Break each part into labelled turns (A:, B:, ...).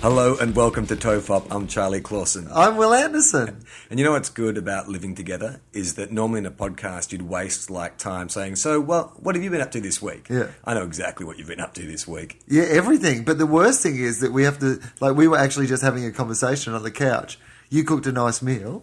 A: Hello and welcome to Tofop. I'm Charlie Clausen.
B: I'm Will Anderson.
A: And you know what's good about living together is that normally in a podcast you'd waste like time saying, "So, well, what have you been up to this week?"
B: Yeah.
A: I know exactly what you've been up to this week.
B: Yeah, everything. But the worst thing is that we have to, like, we were actually just having a conversation on the couch. You cooked a nice meal,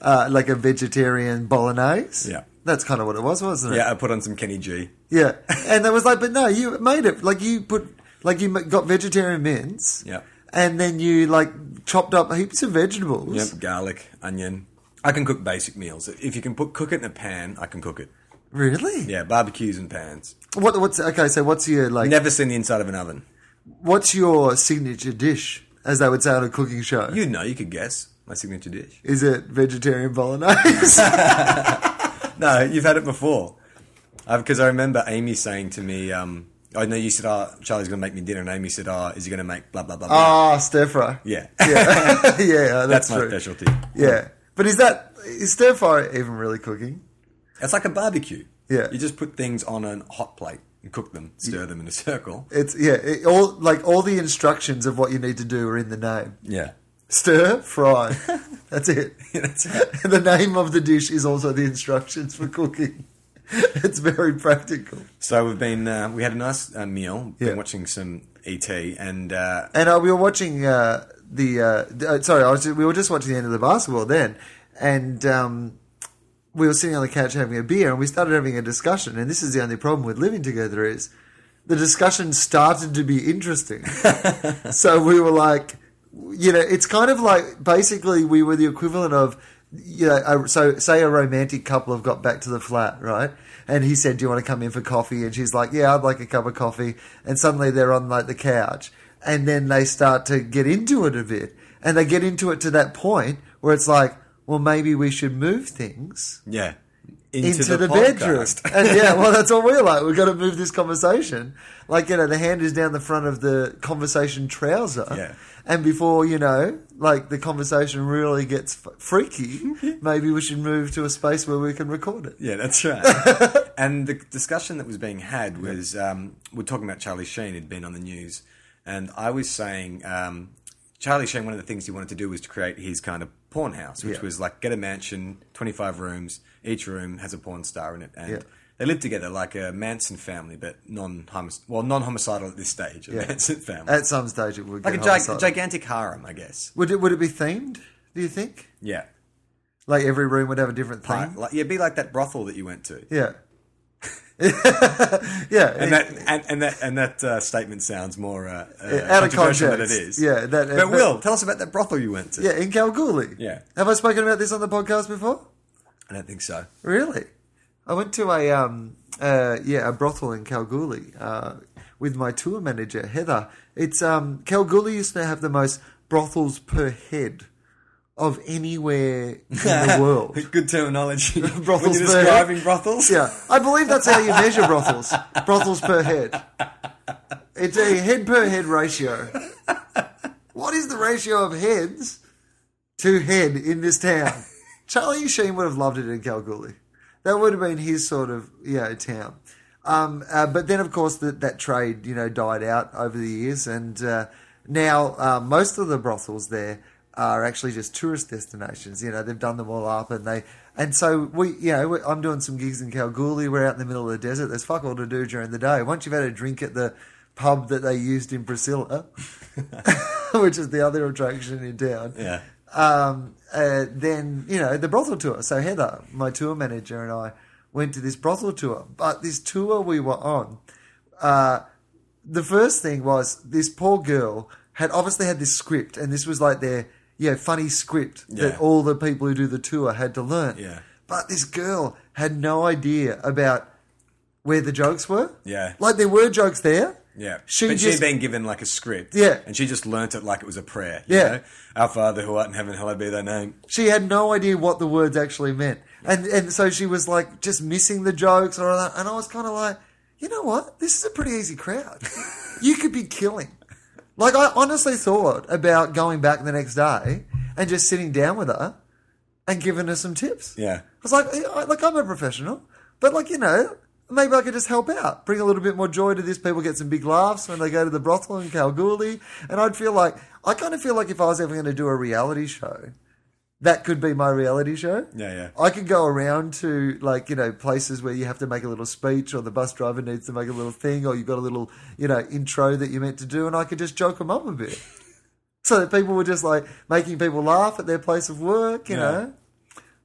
B: uh, like a vegetarian bolognese.
A: Yeah.
B: That's kind of what it was, wasn't it?
A: Yeah, I put on some Kenny G.
B: Yeah. And I was like, but no, you made it. Like, you put, like, you m- got vegetarian mince.
A: Yeah.
B: And then you, like, chopped up heaps of vegetables.
A: Yep, garlic, onion. I can cook basic meals. If you can put cook it in a pan, I can cook it.
B: Really?
A: Yeah, barbecues and pans.
B: What, what's, okay, so what's your, like,
A: Never seen the inside of an oven.
B: what's your signature dish, as they would say on a cooking show?
A: You know, you could guess my signature dish.
B: Is it vegetarian bolognese?
A: No, you've had it before. Uh, Because I remember Amy saying to me, um, I know you said, oh, Charlie's going to make me dinner. And Amy said, oh, is he going to make blah, blah, blah, blah.
B: Ah, stir fry.
A: yeah.
B: yeah, yeah, that's,
A: That's my
B: true.
A: specialty.
B: Yeah, but is that is stir fry even really cooking?
A: It's like a barbecue.
B: Yeah.
A: You just put things on a hot plate and cook them, stir them in a circle.
B: It's yeah, it, all like all the instructions of what you need to do are in the name.
A: Yeah.
B: Stir fry. That's it.
A: That's right.
B: the name of the dish is also the instructions for cooking. It's very practical.
A: So we've been, uh, we had a nice uh, meal,
B: Yeah.
A: been watching some ET, and uh,
B: And uh, we were watching uh, the. Uh, d- uh, sorry, I was we were just watching the end of the basketball then, and um, we were sitting on the couch having a beer, and we started having a discussion. And this is the only problem with living together is the discussion started to be interesting. so we were like, you know, it's kind of like basically we were the equivalent of. You know, a, so say a romantic couple have got back to the flat, right? And he said, "Do you want to come in for coffee?" And she's like, "Yeah, I'd like a cup of coffee." And suddenly they're on like the couch, and then they start to get into it a bit, and they get into it to that point where it's like, "Well, maybe we should move things."
A: yeah.
B: into, the, bedroom.
A: podcast.
B: and yeah, well, that's what we're like. We've got to move this conversation. Like, you know, the hand is down the front of the conversation trouser.
A: Yeah.
B: And before, you know, like the conversation really gets f- freaky, maybe we should move to a space where we can record it.
A: Yeah, that's right. and the discussion that was being had was um, we're talking about Charlie Sheen had been on the news, and I was saying um, Charlie Sheen. One of the things he wanted to do was to create his kind of porn house, which
B: Yeah.
A: was like get a mansion, twenty five rooms, each room has a porn star in it, and.
B: Yeah.
A: They lived together like a Manson family, but non well non homicidal at this stage. A Manson family,
B: At some stage, it would
A: like a,
B: get
A: gig-
B: homicidal.
A: gigantic harem, I guess.
B: Would it, would it be themed, do you think?
A: Yeah,
B: Like every room would have a different theme?
A: Like- like, yeah, be like that brothel that you went to.
B: Yeah. yeah.
A: and that and, and that and that uh, statement sounds more uh, uh,
B: out of
A: controversial
B: context.
A: than it is.
B: Yeah. That,
A: but, Will, tell us about that brothel you went to.
B: Yeah, in Kalgoorlie.
A: Yeah.
B: Have I spoken about this on the podcast before?
A: I don't think so.
B: Really? I went to a um uh yeah a brothel in Kalgoorlie uh, with my tour manager Heather. It's um Kalgoorlie used to have the most brothels per head of anywhere in the world.
A: Good terminology. when
B: Brothels
A: you're
B: per-
A: describing brothels.
B: Yeah, I believe that's how you measure brothels. Brothels per head. It's a head per head ratio. What is the ratio of heads to head in this town? Charlie Sheen would have loved it in Kalgoorlie. That would have been his sort of you know town. Um, uh, but then, of course, that that trade you know died out over the years, and uh, now uh, most of the brothels there are actually just tourist destinations. You know, they've done them all up, and they and so we, you know, we, I'm doing some gigs in Kalgoorlie. We're out in the middle of the desert. There's fuck all to do during the day. Once you've had a drink at the pub that they used in Priscilla, which is the other attraction in town,
A: Yeah.
B: um, uh, then you know the brothel tour. So Heather, my tour manager, and I went to this brothel tour. But this tour we were on, uh, the first thing was this poor girl had obviously had this script, and this was like their yeah funny script
A: Yeah.
B: that all the people who do the tour had to learn.
A: Yeah.
B: But this girl had no idea about where the jokes were.
A: Yeah.
B: Like there were jokes there.
A: Yeah,
B: She
A: but she'd
B: just-
A: been given like a script,
B: Yeah.
A: and she just learnt it like it was a prayer. you
B: Yeah.
A: know? our Father who art in heaven, hallowed be thy name.
B: she had no idea what the words actually meant, and and so she was like just missing the jokes or other- and I was kind of like, you know what, this is a pretty easy crowd. you could be killing. Like I honestly thought about going back the next day and just sitting down with her and giving her some tips.
A: Yeah.
B: I was like, I, I- like I'm a professional, but like you know, Maybe I could just help out, bring a little bit more joy to this. People get some big laughs when they go to the brothel in Kalgoorlie. And I'd feel like, I kind of feel like if I was ever going to do a reality show, that could be my reality show.
A: Yeah, yeah.
B: I could go around to like, you know, places where you have to make a little speech or the bus driver needs to make a little thing or you've got a little, you know, intro that you're meant to do and I could just joke them up a bit. so that people were just like making people laugh at their place of work, you
A: Yeah.
B: know.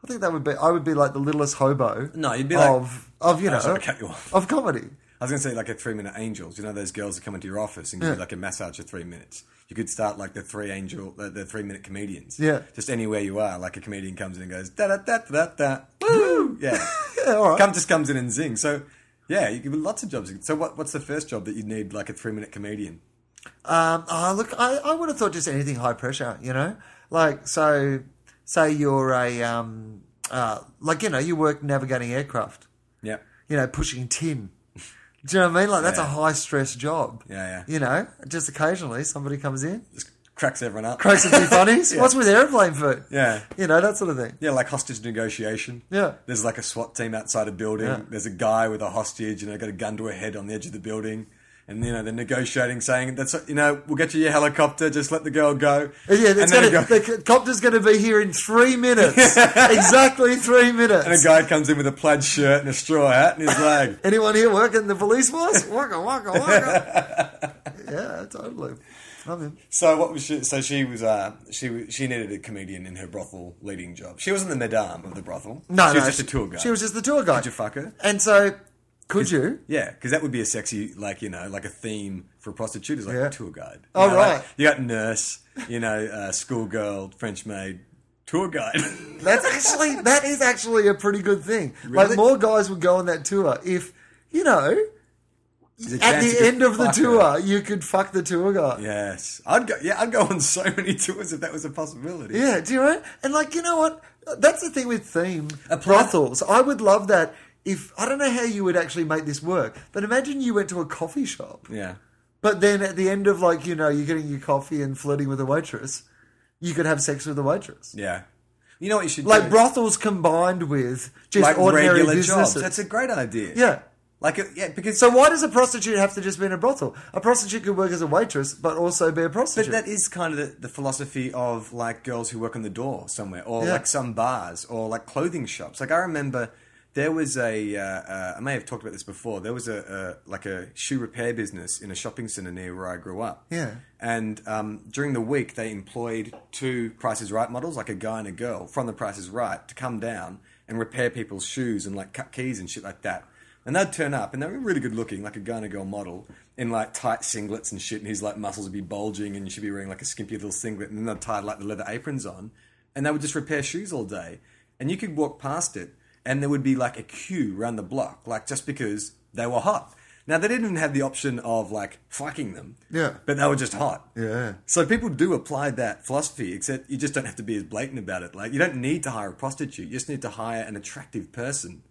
B: I think that would be I would be like the littlest hobo
A: No, you'd be like-
B: of of you
A: Oh,
B: know
A: sorry, I cut you off.
B: of comedy.
A: I was going to say like a three minute angels. You know those girls that come into your office and give you like a massage for three minutes. You could start like the three angel, the, the three minute comedians.
B: Yeah.
A: just anywhere you are, like a comedian comes in and goes da da da da da, woo, yeah.
B: Yeah, all right.
A: Come just comes in and zing. So yeah, you give lots of jobs. So what, what's the first job that you'd need like a three minute comedian?
B: Um, ah, look, I, I would have thought just anything high pressure, you know? Like, so, say you're a, um, uh, like, you know, you work navigating aircraft,
A: Yeah,
B: you know, pushing tin. Do you know what I mean? Like, that's a
A: Yeah.
B: high stress job.
A: Yeah, yeah.
B: You know, just occasionally somebody comes in,
A: just cracks everyone up.
B: cracks a few funnies. What's with airplane food?
A: Yeah.
B: You know, that sort of thing.
A: Yeah, like hostage negotiation.
B: Yeah.
A: There's like a SWAT team outside a building.
B: Yeah.
A: There's a guy with a hostage, and they got a gun to her head on the edge of the building. And you know they're negotiating, saying that's you know we'll get you your helicopter. Just let the girl go.
B: Yeah,
A: and
B: it's
A: then
B: gonna,
A: a guy,
B: the c- copter's going to be here in three minutes. exactly three minutes.
A: and a guy comes in with a plaid shirt and a straw hat, and he's like,
B: Anyone here working the police force? Waka waka waka. yeah, totally. I mean,
A: "So what was she? So she was uh she w- she needed a comedian in her brothel leading job. She wasn't the madame of the brothel.
B: no,
A: she was
B: no,
A: just a tour guide.
B: She was just the tour guide.
A: Could you fuck her?
B: And so, could you?
A: Yeah, because that would be a sexy, like you know, like a theme for a prostitute is like
B: Yeah.
A: a tour guide. You
B: Oh,
A: know, like,
B: right.
A: you got nurse, you know, uh, schoolgirl, French maid, tour guide.
B: That's actually that is actually a pretty good thing.
A: Really?
B: Like more guys would go on that tour if you know
A: There's a
B: at
A: chance you
B: the
A: could
B: end of the
A: fuck her.
B: tour you could fuck the tour guide.
A: Yes, I'd go. Yeah, I'd go on so many tours if that was a possibility.
B: Yeah, do you know? And like, you know what? That's the thing with theme
A: plan-
B: brothels. I would love that if I don't know how you would actually make this work, but imagine you went to a coffee shop.
A: Yeah.
B: But then at the end of like, you know, you're getting your coffee and flirting with a waitress, you could have sex with a waitress.
A: Yeah. You know what you should
B: Like
A: do?
B: brothels combined with just
A: like
B: ordinary
A: regular
B: businesses.
A: jobs. That's a great idea.
B: yeah.
A: Like a, yeah, because
B: So why does a prostitute have to just be in a brothel? A prostitute could work as a waitress but also be a
A: But
B: prostitute.
A: that is kind of the, the philosophy of like girls who work on the door somewhere, or
B: Yeah.
A: like some bars, or like clothing shops. Like I remember there was a uh, uh, I may have talked about this before. There was a, a like a shoe repair business in a shopping center near where I grew up.
B: Yeah.
A: And um, during the week, they employed two Prices Right models, like a guy and a girl, from the Prices Right, to come down and repair people's shoes and like cut keys and shit like that. And they'd turn up, and they were really good looking, like a guy and a girl model, in like tight singlets and shit, and his like muscles would be bulging, and she'd be wearing like a skimpy little singlet, and then they'd tie like the leather aprons on, and they would just repair shoes all day. And you could walk past it, and there would be like a queue round the block, like just because they were hot. Now they didn't even have the option of like fucking them,
B: Yeah.
A: but they were just hot.
B: Yeah.
A: So people do apply that philosophy, except you just don't have to be as blatant about it. Like you don't need to hire a prostitute; you just need to hire an attractive person.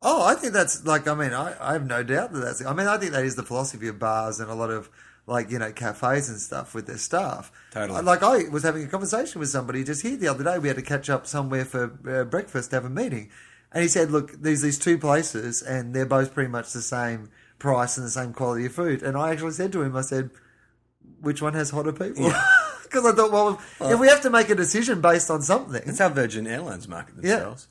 B: Oh, I think that's like, I mean, I, I have no doubt that that's, I mean, I think that is the philosophy of bars and a lot of like, you know, cafes and stuff with their staff.
A: Totally.
B: Like, I was having a conversation with somebody just here the other day. We had to catch up somewhere for uh, breakfast to have a meeting. And he said, look, there's these two places and they're both pretty much the same price and the same quality of food. And I actually said to him, I said, which one has hotter people? Because I thought, well, if we have to make a decision based on something,
A: That's how Virgin Airlines market themselves.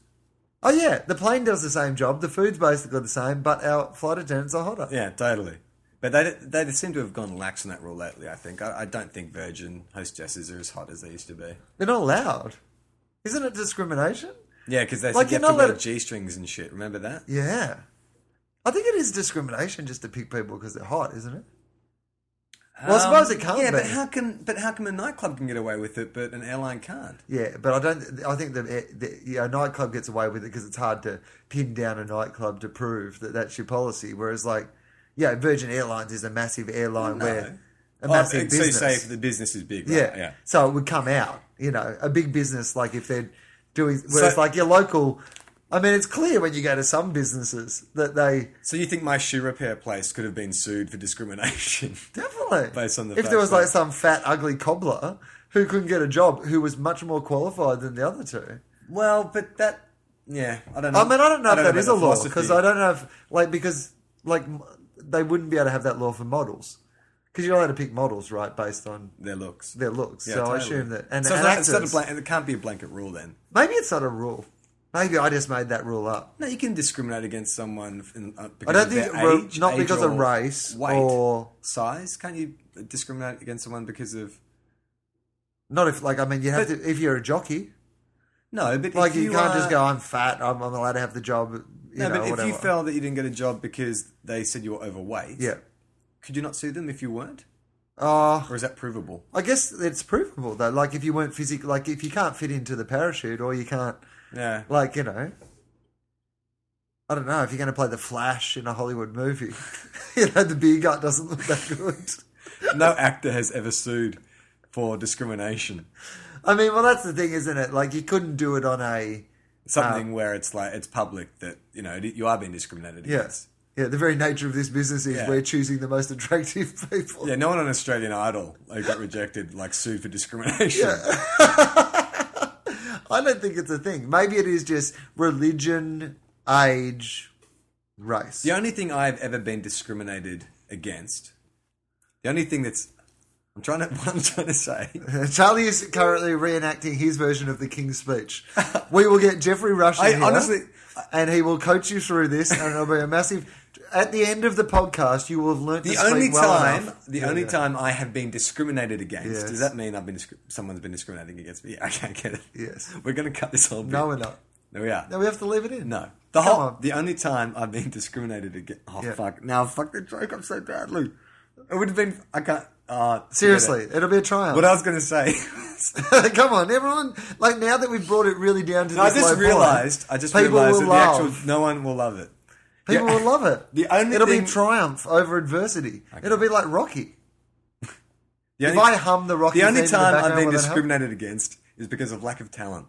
B: Oh yeah, the plane does the same job. The food's basically the same, but our flight attendants are hotter.
A: Yeah, totally. But they they seem to have gone lax on that rule lately. I think I, I don't think Virgin hostesses are as hot as they used to be.
B: They're not allowed. Isn't it discrimination?
A: Yeah, because they
B: Like,
A: like, you
B: you're
A: have to
B: not
A: wear
B: let-
A: g strings and shit. Remember that?
B: Yeah, I think it is discrimination just to pick people because they're hot, isn't it? Well, I suppose it can't
A: Um, Yeah, but
B: be.
A: how can but how come a nightclub can get away with it, but an airline can't?
B: Yeah, but I don't. I think the, the yeah, a nightclub gets away with it because it's hard to pin down a nightclub to prove that that's your policy. Whereas, like, yeah, Virgin Airlines is a massive airline
A: No.
B: where a
A: Oh,
B: massive
A: so you
B: business.
A: say if the business is big, right?
B: Yeah. So it would come out, you know, a big business like if they're doing whereas
A: So-
B: like your local I mean it's clear when you go to some businesses that they
A: So you think my shoe repair place could have been sued for discrimination?
B: definitely
A: Based on the
B: if there
A: fact
B: was like
A: that-
B: some fat ugly cobbler who couldn't get a job who was much more qualified than the other two.
A: well, but that yeah, I don't know.
B: I mean, I don't know if that
A: about
B: is
A: the
B: a law
A: philosophy.
B: because I don't know if like because like m- they wouldn't be able to have that law for models because you're allowed to pick models right based on
A: their looks.
B: their looks.
A: Yeah,
B: so
A: totally.
B: I assume that and,
A: so
B: and
A: it's not, it's not a
B: actors-
A: blan- it can't be a blanket rule then.
B: maybe it's not a rule. Maybe I just made that rule up.
A: No, you can discriminate against someone in, uh,
B: I
A: because
B: don't
A: of their
B: think ro-
A: age,
B: not
A: age
B: because of
A: or
B: race
A: weight,
B: or
A: size. Can't you discriminate against someone because of
B: not if like I mean you have to if you're a jockey
A: no? But
B: like
A: if
B: you,
A: you,
B: can't
A: are-
B: just go I'm fat I'm, I'm allowed to have the job you
A: No,
B: know
A: but if
B: whatever
A: you felt that you didn't get a job because they said you were overweight,
B: yeah
A: could you not sue them if you weren't,
B: uh,
A: or is that provable?
B: I guess it's provable though. Like if you weren't physical, like if you can't fit into the parachute or you can't,
A: Yeah,
B: like you know, I don't know if you're going to play the Flash in a Hollywood movie, you know, the beer gut doesn't look that good.
A: no actor has ever sued for discrimination.
B: I mean, well, that's the thing, isn't it? Like you couldn't do it on a Ah.
A: Something where it's like it's public that you know you are being discriminated
B: yes.
A: against.
B: Yeah, the very nature of this business is
A: Yeah.
B: we're choosing the most attractive people.
A: Yeah, no one on Australian Idol like, got rejected, like sued for discrimination.
B: I don't think it's a thing. Maybe it is just religion, age, race.
A: The only thing I've ever been discriminated against, the only thing that's, I'm trying to, what I'm trying to say,
B: Charlie is currently reenacting his version of the King's Speech. We will get Jeffrey Rush in
A: I
B: here,
A: honestly-
B: and he will coach you through this, and it'll be a massive. At the end of the podcast, you will have learnt to
A: the
B: speak
A: only
B: well
A: time,
B: enough.
A: the
B: Yeah,
A: only
B: yeah.
A: time I have been discriminated against.
B: Yes.
A: Does that mean I've been discri- someone's been discriminating against me? Yeah, I can't get it.
B: Yes.
A: we're going to cut this whole. Bit.
B: No, we're not.
A: no, we are.
B: No, we have to leave it in.
A: No. The
B: Come
A: whole,
B: on.
A: the only time I've been discriminated against. Oh
B: Yeah.
A: fuck! Now I fucked the joke up so badly. It would have been. I can't. Uh,
B: Seriously, it. will be a triumph.
A: What I was going to say. was-
B: Come on, everyone! Like now that we've brought it really down to
A: I
B: this low
A: just
B: point,
A: realized. I just
B: people
A: realized that
B: will
A: the
B: love.
A: actual no one will love it.
B: people
A: Yeah.
B: will love it.
A: The only
B: it'll
A: thing-
B: be triumph over adversity. It'll be like Rocky.
A: The
B: if I hum the Rocky,
A: the only
B: theme in
A: time
B: background,
A: I've been
B: will that help?
A: discriminated against is because of lack of talent.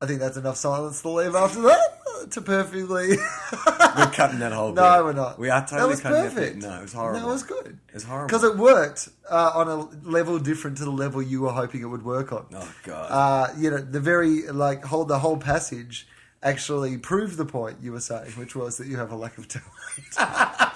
B: I think that's enough silence to leave after that to perfectly.
A: We're cutting that whole.
B: no,
A: bit.
B: we're not.
A: We are totally
B: That was
A: cutting that
B: perfect.
A: bit. No, it was horrible.
B: No, it was good.
A: It was horrible.
B: because it worked uh, on a level different to the level you were hoping it would work on.
A: Oh god.
B: Uh, you know, the very like whole the whole passage actually proved the point you were saying, which was that you have a lack of talent.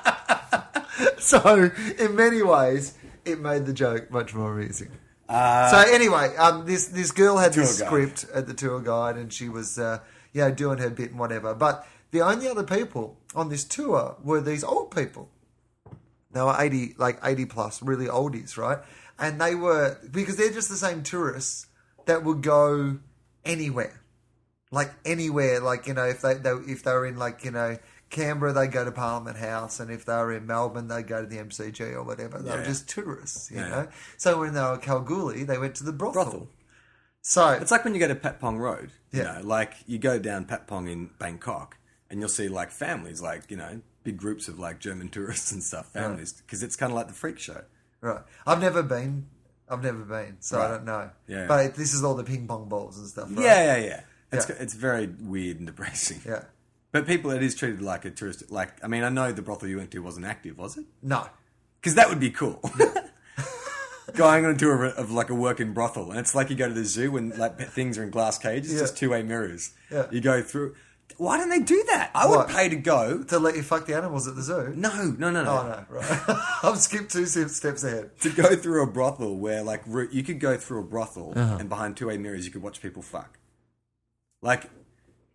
B: so, in many ways, it made the joke much more amusing. so anyway, um, this this girl had this
A: guide.
B: script at the tour guide, and she was uh, you know doing her bit and whatever. But the only other people on this tour were these old people. They were eighty, like eighty plus, really oldies, right? And they were because they're just the same tourists that would go anywhere, like anywhere. Like you know, if they, they if they were in like you know Canberra, they go to Parliament House, and if they were in Melbourne, they go to the MCG or whatever. They
A: Yeah.
B: were just tourists, you
A: Yeah.
B: know. So when they were Kalgoorlie, they went to the brothel.
A: Brothel.
B: So
A: It's like when you go to Pat Pong Road. You
B: Yeah.
A: know, like you go down Pat Pong in Bangkok and you'll see like families, like, you know, big groups of like German tourists and stuff, families, because it's kind of like the freak show.
B: Right. I've never been. I've never been, so
A: Right.
B: I don't know.
A: Yeah.
B: But this is all the ping pong balls and stuff. Right?
A: Yeah, yeah, yeah. It's,
B: Yeah.
A: it's very weird and depressing.
B: Yeah.
A: But people, it is treated like a tourist. Like, I mean, I know the brothel you went to wasn't active, was it?
B: No.
A: Because that would be cool. Going on a tour of, of like a working brothel, and it's like you go to the zoo and like things are in glass cages,
B: Yeah.
A: just two way mirrors.
B: Yeah.
A: You go through. Why don't they do that? I
B: What?
A: would pay to go.
B: To let you fuck the animals at the zoo.
A: No, no, no, no.
B: Oh no. Right. I've skipped two se- steps ahead.
A: to go through a brothel where like ru- you could go through a brothel
B: Uh-huh.
A: and behind two-way mirrors you could watch people fuck like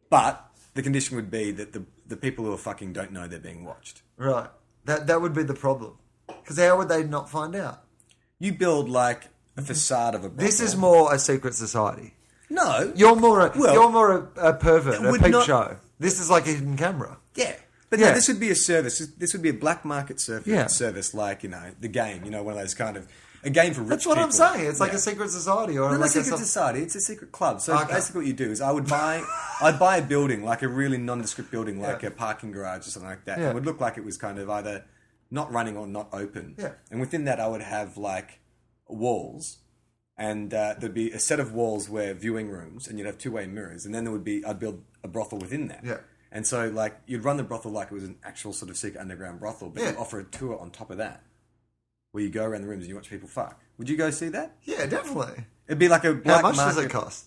A: but the condition would be that the the people who are fucking don't know they're being watched
B: Right. That that would be the problem. Because how would they not find out?
A: you build like a facade of a brothel.
B: Mm-hmm. This is more a secret society.
A: no
B: You're more a
A: Well,
B: you're more a, a pervert, a
A: would
B: peep
A: not-
B: show. This is like a hidden camera.
A: yeah but
B: Yeah.
A: no, this would be a service this would be a black market service
B: Yeah.
A: service like you know the game you know one of those kind of a game for rich
B: That's what I'm
A: people.
B: saying. It's like
A: Yeah.
B: a secret society or
A: Not
B: like
A: a secret
B: some-
A: society. It's a secret club. So
B: Okay.
A: basically, what you do is I would buy, I'd buy a building like a really nondescript building, like a parking garage or something like that.
B: Yeah.
A: It would look like it was kind of either not running or not open.
B: Yeah.
A: And within that, I would have like walls, and uh, there'd be a set of walls where viewing rooms, and you'd have two-way mirrors, and then there would be I'd build a brothel within that.
B: Yeah.
A: And so, like, you'd run the brothel like it was an actual sort of secret underground brothel, but
B: Yeah.
A: you offer a tour on top of that, where you go around the rooms and you watch people fuck. Would you go see that?
B: Yeah, definitely.
A: It'd be like a
B: How
A: black
B: much does
A: market-
B: it cost?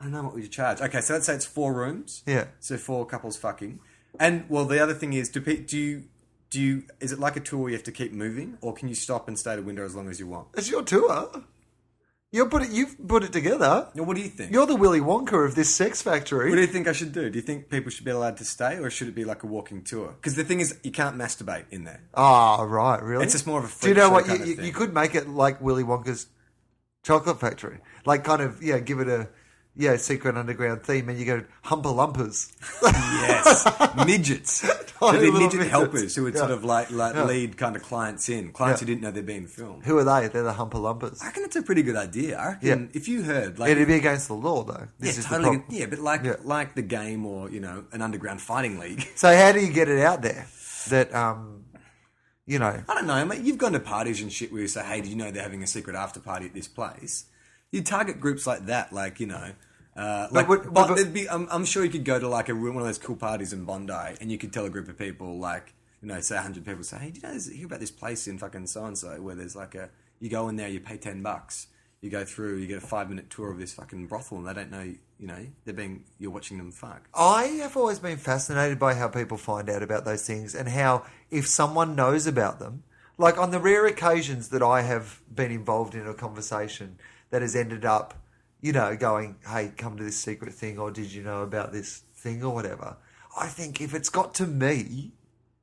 A: I don't know what would you charge. Okay, so let's say it's four rooms.
B: Yeah.
A: So four couples fucking. And well, the other thing is, do pe- do you do you is it like a tour where you have to keep moving, or can you stop and stay at a window as long as you want?
B: It's your tour. You put it. You've put it together.
A: Now, what do you think?
B: You're the Willy Wonka of this sex factory.
A: what do you think I should do? Do you think people should be allowed to stay, or should it be like a walking tour? Because the thing is, you can't masturbate in there.
B: Ah, right, really?
A: It's just more of a
B: Do you
A: freak
B: know
A: show
B: what?
A: kind
B: You,
A: of
B: you,
A: thing.
B: you could make it like Willy Wonka's Chocolate Factory, like kind of yeah, give it a yeah secret underground theme, and you go Humper Lumpers.
A: Yes, midgets. so
B: Tiny
A: they're
B: little
A: midget
B: midgets.
A: helpers who would sort
B: Yeah.
A: of like, like
B: Yeah.
A: lead kind of clients in, clients
B: Yeah.
A: who didn't know they're being filmed.
B: Who are they? They're the Humper Lumpers.
A: I reckon that's a pretty good idea. I reckon
B: Yeah.
A: if you heard, like,
B: It'd be against the law, though. This
A: yeah,
B: is
A: totally,
B: the problem.
A: yeah, but like
B: Yeah.
A: like the game or you know an underground fighting league.
B: So how do you get it out there that um, you know?
A: I don't know, mate. You've gone to parties and shit where you say, "Hey, did you know they're having a secret after party at this place?" You target groups like that, like you know, uh, like.
B: would-
A: But,
B: but- but-
A: it'd be, I'm, I'm sure you could go to like a room, one of those cool parties in Bondi, and you could tell a group of people, like you know, say 100 people, say, "Hey, did you know, hear about this place in fucking so and so where there's like a you go in there, you pay 10 bucks." You go through, you get a five minute tour of this fucking brothel, and they don't know, you know, they're being, you're watching them fuck.
B: I have always been fascinated by how people find out about those things and how if someone knows about them, like on the rare occasions that I have been involved in a conversation that has ended up, you know, going, hey, come to this secret thing or did you know about this thing or whatever. I think if it's got to me,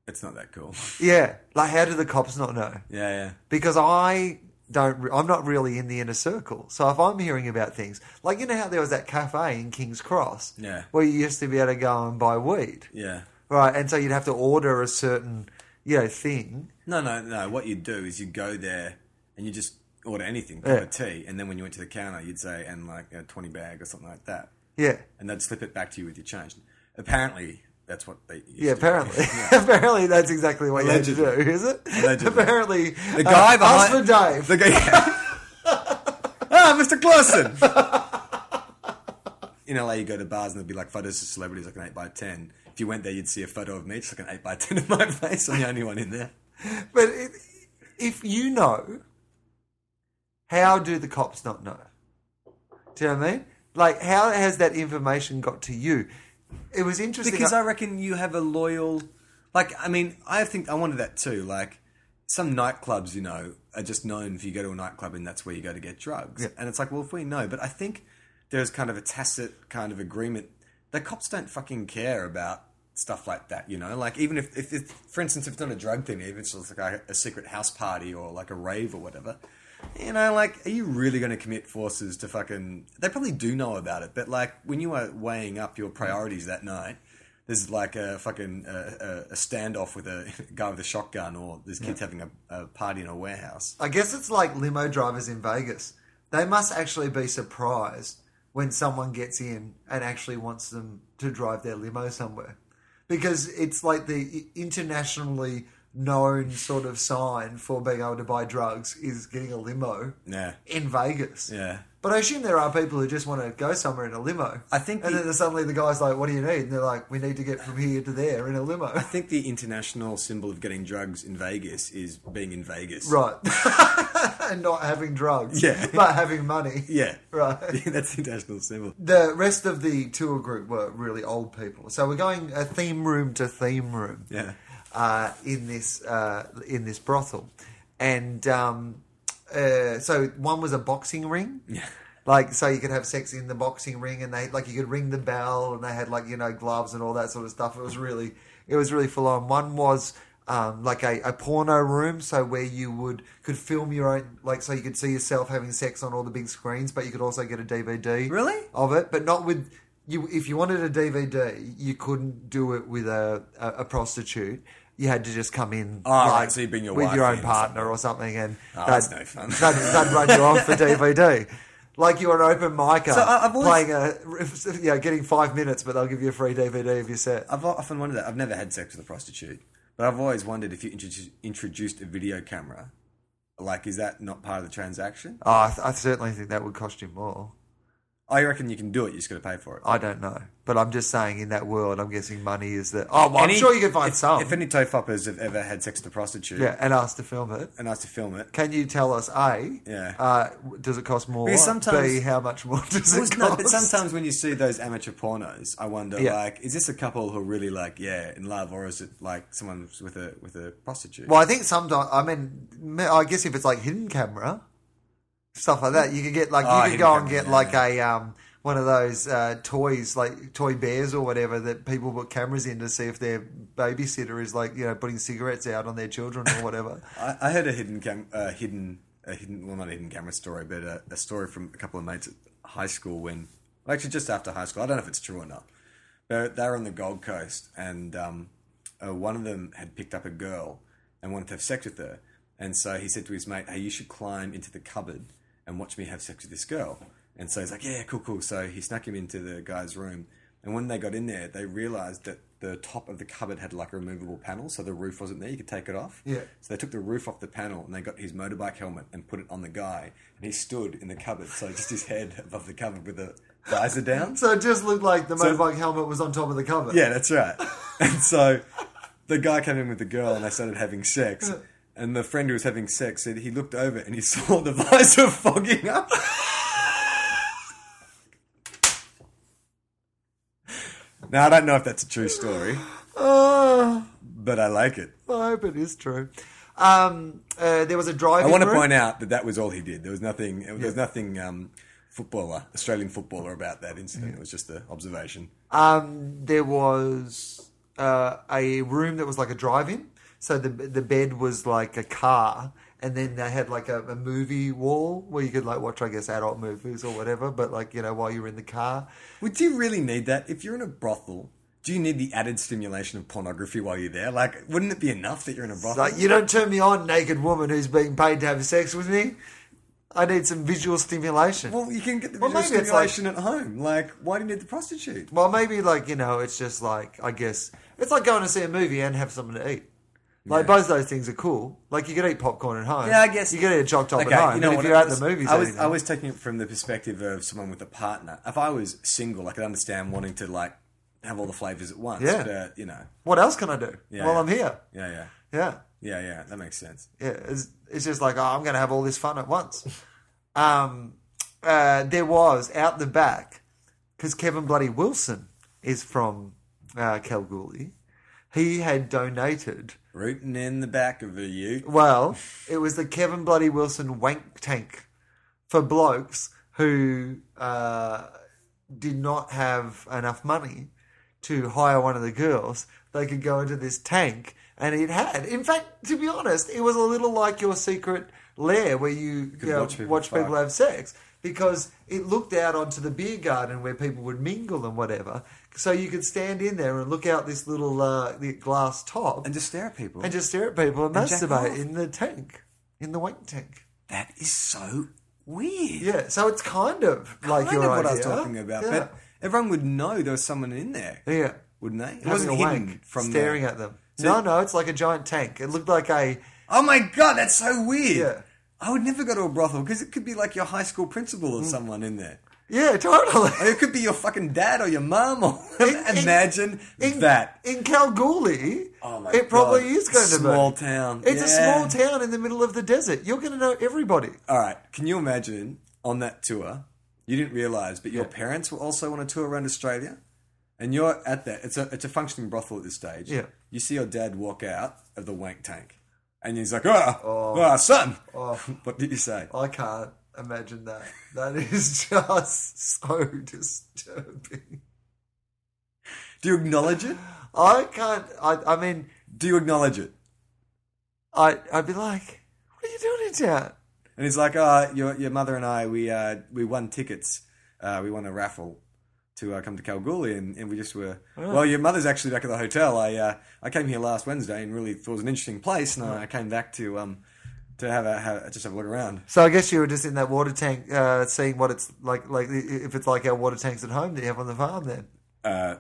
A: It's not that cool.
B: yeah, like how do the cops not know?
A: Yeah, yeah.
B: because I don't. re- I'm not really in the inner circle. So if I'm hearing about things, like you know how there was that cafe in King's Cross,
A: Yeah.
B: where you used to be able to go and buy weed,
A: Yeah.
B: right? And so you'd have to order a certain, you know, thing.
A: No, no, no. What you do is you go there and you just order anything, cup of tea, and then when you went to the counter, you'd say, and like a 20 bag or something like that.
B: Yeah,
A: And they'd slip it back to you with your change. Apparently, that's what they used
B: yeah.
A: to do.
B: Apparently, apparently that's exactly what you had to do,
A: Allegedly.
B: is it?
A: Allegedly.
B: apparently, uh,
A: The guy behind.
B: us for Dave.
A: The guy. ah, Mr. Clausen! In LA, you go to bars and there'd be like photos of celebrities like an 8x10. If you went there, you'd see a photo of me, just like an 8x10 of my face. I'm the only one in there.
B: but it, if you know, how do the cops not know? Do you know what I mean? Like, how has that information got to you? It was interesting.
A: because I reckon you have a loyal. Like, I mean, I think I wanted that too. Like, some nightclubs, you know, are just known for you go to a nightclub and that's where you go to get drugs. And it's like, well, if we know, but I think there's kind of a tacit kind of agreement. The cops don't fucking care about stuff like that, you know. Like, even if, if, it's for instance, if it's not a drug thing, even if it's just like a, a secret house party or like a rave or whatever. You know, like, are you really going to commit forces to fucking? They probably do know about it, but like, when you are weighing up your priorities that night, there's like a fucking uh, a, a standoff with a guy with a shotgun, or there's kids having a, a party in a warehouse.
B: I guess it's like limo drivers in Vegas. They must actually be surprised when someone gets in and actually wants them to drive their limo somewhere. Because it's like the internationally known sort of sign for being able to buy drugs is getting a limo
A: Yeah,
B: in Vegas.
A: yeah.
B: But I assume there are people who just want to go somewhere in a limo.
A: I think
B: and
A: the-
B: then there's suddenly the guy's like, "What do you need?" And they're like, "We need to get from here to there in a limo."
A: I think the international symbol of getting drugs in Vegas is being in Vegas.
B: right. and not having drugs.
A: Yeah.
B: But having money.
A: Yeah.
B: Right.
A: That's the international symbol.
B: The rest of the tour group were really old people, so we're going a theme room to theme room.
A: Yeah.
B: Uh, in this uh, in this brothel, and um, uh, so one was a boxing ring.
A: Yeah.
B: Like so, you could have sex in the boxing ring, and they like you could ring the bell, and they had like you know gloves and all that sort of stuff. It was really, it was really full on. One was um, like a, a porno room, so where you would could film your own, like so you could see yourself having sex on all the big screens, but you could also get a DVD
A: Really?
B: of it, but not with you. If you wanted a DVD, you couldn't do it with a a, a prostitute. You had to just come in
A: Oh, right, so you bring your
B: with
A: wife
B: your own
A: in or
B: partner or something, and
A: Oh, that's no fun.
B: they'd, they'd run you off for DVD. Like you were an open micer
A: So I- I've always-
B: playing a, yeah, getting five minutes, but they'll give you a free DVD of your set.
A: I've often wondered that. I've never had sex with a prostitute, but I've always wondered if you introduce, introduced a video camera, like, is that not part of the transaction?
B: Oh, I, th- I certainly think that would cost you more.
A: I reckon you can do it. You just got to pay for it.
B: I don't know, but I'm just saying in that world, I'm guessing money is that. Oh, well, I'm sure you can find
A: if,
B: some.
A: If any toe foppers have ever had sex with a prostitute
B: yeah, and asked to film it.
A: and asked to film it,
B: Can you tell us a?
A: Yeah.
B: Uh, does it cost more?
A: Because sometimes-
B: B. How much more does
A: Well,
B: it cost?
A: no, but sometimes when you see those amateur pornos, I wonder,
B: Yeah.
A: like, is this a couple who are really like, yeah, in love, or is it like someone with a with a prostitute?
B: Well, I think sometimes. I mean, me- I guess if it's like hidden camera stuff like that, you could get like
A: Oh,
B: you
A: hidden
B: could go and
A: camera,
B: get
A: yeah.
B: like a um one of those uh, toys like toy bears or whatever that people put cameras in to see if their babysitter is like you know putting cigarettes out on their children or whatever.
A: I, I heard a hidden cam, uh, hidden, a hidden, well, not a hidden camera story, but a, a story from a couple of mates at high school when, well, actually, just after high school. I don't know if it's true or not. They're, they're on the Gold Coast, and um, uh, one of them had picked up a girl and wanted to have sex with her. And so he said to his mate, "Hey, you should climb into the cupboard and watch me have sex with this girl." And so he's like, "Yeah, cool, cool." So he snuck him into the guy's room, and when they got in there, they realized that the top of the cupboard had like a removable panel, so the roof wasn't there. You could take it off.
B: Yeah.
A: So they took the roof off the panel and they got his motorbike helmet and put it on the guy, and he stood in the cupboard, so just his head above the cupboard with the visor down.
B: So it just looked like the motorbike helmet was on top of the cover.
A: Yeah, that's right. And so the guy came in with the girl and they started having sex. And the friend who was having sex said he looked over and he saw the visor fogging up. now, I don't know if that's a true story,
B: Oh,
A: but I like it.
B: I hope it is true. Um, uh, there was a drive.
A: I want to point out that that was all he did. There was nothing, there was nothing um, footballer, Australian footballer about that incident. It was just an observation.
B: Um, there was uh, a room that was like a drive-in, so the the bed was like a car, and then they had like a, a movie wall where you could like watch, I guess, adult movies or whatever. But like you know, while you were in the car,
A: Would you really need that? If you're in a brothel, do you need the added stimulation of pornography while you're there? Like, wouldn't it be enough that you're in a brothel?
B: like you don't turn me on, naked woman who's being paid to have sex with me. I need some visual stimulation.
A: well, you can get the
B: Well,
A: visual
B: maybe it's like-
A: stimulation at home. Like, why do you need the prostitute?
B: Well, maybe like you know, it's just like I guess it's like going to see a movie and have something to eat. Like both those things are cool. Like you could eat popcorn at home.
A: Yeah, I guess-
B: you could eat a choc top at home. but if you're at the movies,
A: I was,
B: anything-
A: I was taking it from the perspective of someone with a partner. If I was single, I could understand wanting to like have all the flavors at once.
B: Yeah.
A: But, uh, you know,
B: what else can I do
A: Yeah,
B: while
A: yeah.
B: I'm here?
A: yeah, yeah,
B: Yeah,
A: yeah, yeah. That makes sense.
B: yeah. It's, it's just like oh, I'm going to have all this fun at once. um, uh, there was out the back because Kevin Bloody Wilson is from uh, Kalgoorlie. He had donated.
A: Rooting in the back of a ute.
B: Well, it was the Kevin Bloody Wilson wank tank for blokes who uh, did not have enough money to hire one of the girls. They could go into this tank, and it had. In fact, to be honest, it was a little like your secret lair where you, you know,
A: watch
B: watch,
A: people
B: people,
A: fuck.
B: have sex because it looked out onto the beer garden where people would mingle and whatever. So you could stand in there and look out this little uh, the glass top
A: And just stare at people.
B: and just stare at people and,
A: And jack
B: masturbate
A: off.
B: in the tank, in the wank tank.
A: that is so weird.
B: Yeah, so it's kind of like
A: kind
B: your
A: of what I was
B: idea.
A: talking about.
B: Yeah.
A: But everyone would know there was someone in there,
B: yeah,
A: wouldn't they? It
B: Having
A: wasn't
B: a
A: hidden
B: wank,
A: from
B: staring
A: the-
B: at them. no, no, it's like a giant tank. It looked like a
A: Oh my god, that's so weird.
B: Yeah.
A: I would never go to a brothel because it could be like your high school principal
B: Mm.
A: or someone in there.
B: yeah, totally.
A: Or it could be your fucking dad or your mum. Or
B: In- in-
A: imagine
B: in,
A: that.
B: in Kalgoorlie,
A: Oh my
B: it probably
A: God.
B: is going to
A: Small
B: be
A: town.
B: It's a
A: Yeah.
B: small town in the middle of the desert. You're going to know everybody.
A: All right, can you imagine on that tour? You didn't realize, but your parents were also on a tour around Australia, and you're at that. It's a it's a functioning brothel at this stage.
B: Yeah.
A: You see your dad walk out of the wank tank, and he's like, "Ah, ah, son." what did you say?
B: I can't imagine that. That is just so disturbing.
A: Do you acknowledge it?
B: I can't. I, I mean,
A: Do you acknowledge it?
B: I, I'd be like, what are you doing in town?
A: And he's like, "Ah, your your mother and I, we uh, we won tickets. Uh, we won a raffle." To uh, come to Kalgoorlie, and, and we just were.
B: Ah.
A: Well, your mother's actually back at the hotel. I uh, I came here last Wednesday and really thought it was an interesting place, and
B: Ah.
A: I came back to um to have a have, just have a look around.
B: So I guess you were just in that water tank, uh, seeing what it's like, like i- if it's like our water tanks at home that you have on the farm. Then
A: Uh,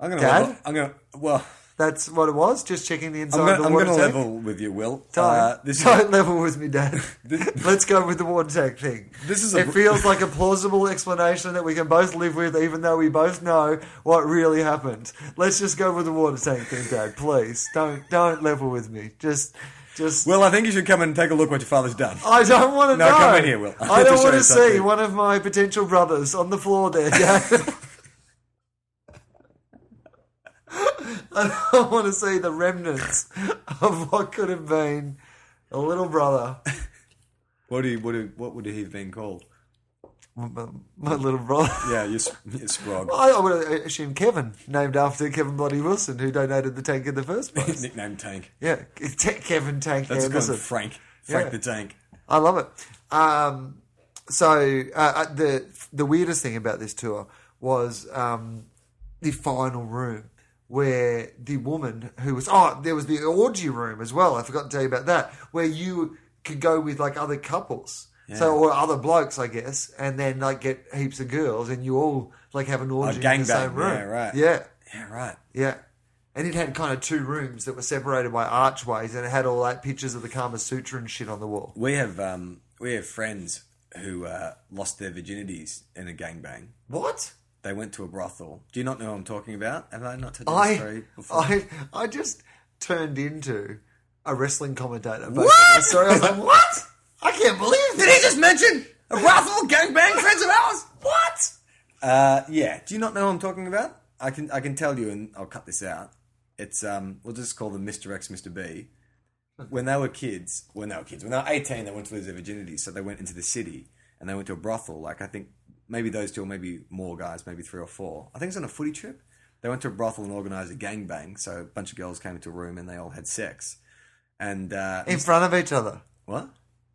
A: I'm gonna
B: Dad?
A: level- I'm gonna well.
B: That's what it was. Just checking the inside
A: I'm
B: of
A: going,
B: the
A: I'm
B: water
A: going to
B: tank.
A: level with you, Will.
B: Time.
A: Uh, this is,
B: Don't level with me, Dad.
A: This-
B: Let's go with the water tank thing.
A: This is a
B: it
A: br-
B: feels like a plausible explanation that we can both live with, even though we both know what really happened. Let's just go with the water tank thing, Dad. Please don't don't level with me. Just just.
A: Will, I think you should come and take a look what your father's done.
B: I don't want to
A: No,
B: know.
A: come in here, Will. I have
B: I
A: to
B: don't
A: show
B: want
A: you
B: to see
A: something.
B: one of my potential brothers on the floor there, Dad. I don't want to see the remnants of what could have been a little brother.
A: What do you, what do, what would he have been called?
B: my, my little brother.
A: Yeah, you're, s- you're Sprog.
B: I, I would assume Kevin, named after Kevin Bloody Wilson, who donated the tank in the first place.
A: Nickname Tank.
B: yeah, Te- Kevin Tank
A: That's because
B: Anderson.
A: of Frank. Frank
B: Yeah.
A: the Tank.
B: I love it. Um, so uh, uh, the the weirdest thing about this tour was um, the final room where the woman who was oh there was the orgy room as well. I forgot to tell you about that where you could go with like other couples. So or other blokes, I guess, and then like get heaps of girls, and you all like have an orgy in the
A: gangbang,
B: same room.
A: yeah, right.
B: Yeah,
A: Yeah, right.
B: yeah. And it had kind of two rooms that were separated by archways, and it had all like pictures of the Kama Sutra and shit on the wall.
A: We have um, we have friends who uh, lost their virginities in a gangbang.
B: What?
A: They went to a brothel. Do you not know what I'm talking about? Have I not told you this
B: I,
A: story before?
B: I, I just turned into a wrestling commentator.
A: What?
B: Sorry, I was like, what? I can't believe
A: Did he
B: this.
A: just mention a brothel gangbang friends of ours? What? Uh, yeah. Do you not know what I'm talking about? I can I can tell you, and I'll cut this out. It's um, we'll just call them Mr. X, Mr. B. When they were kids, when they were kids, when they were 18, they wanted to lose their virginity, so they went into the city and they went to a brothel. Like I think maybe those two, or maybe more guys, maybe three or four. I think it's on a footy trip. They went to a brothel and organised a gangbang. So a bunch of girls came into a room and they all had sex. And uh,
B: In front of each other.
A: what?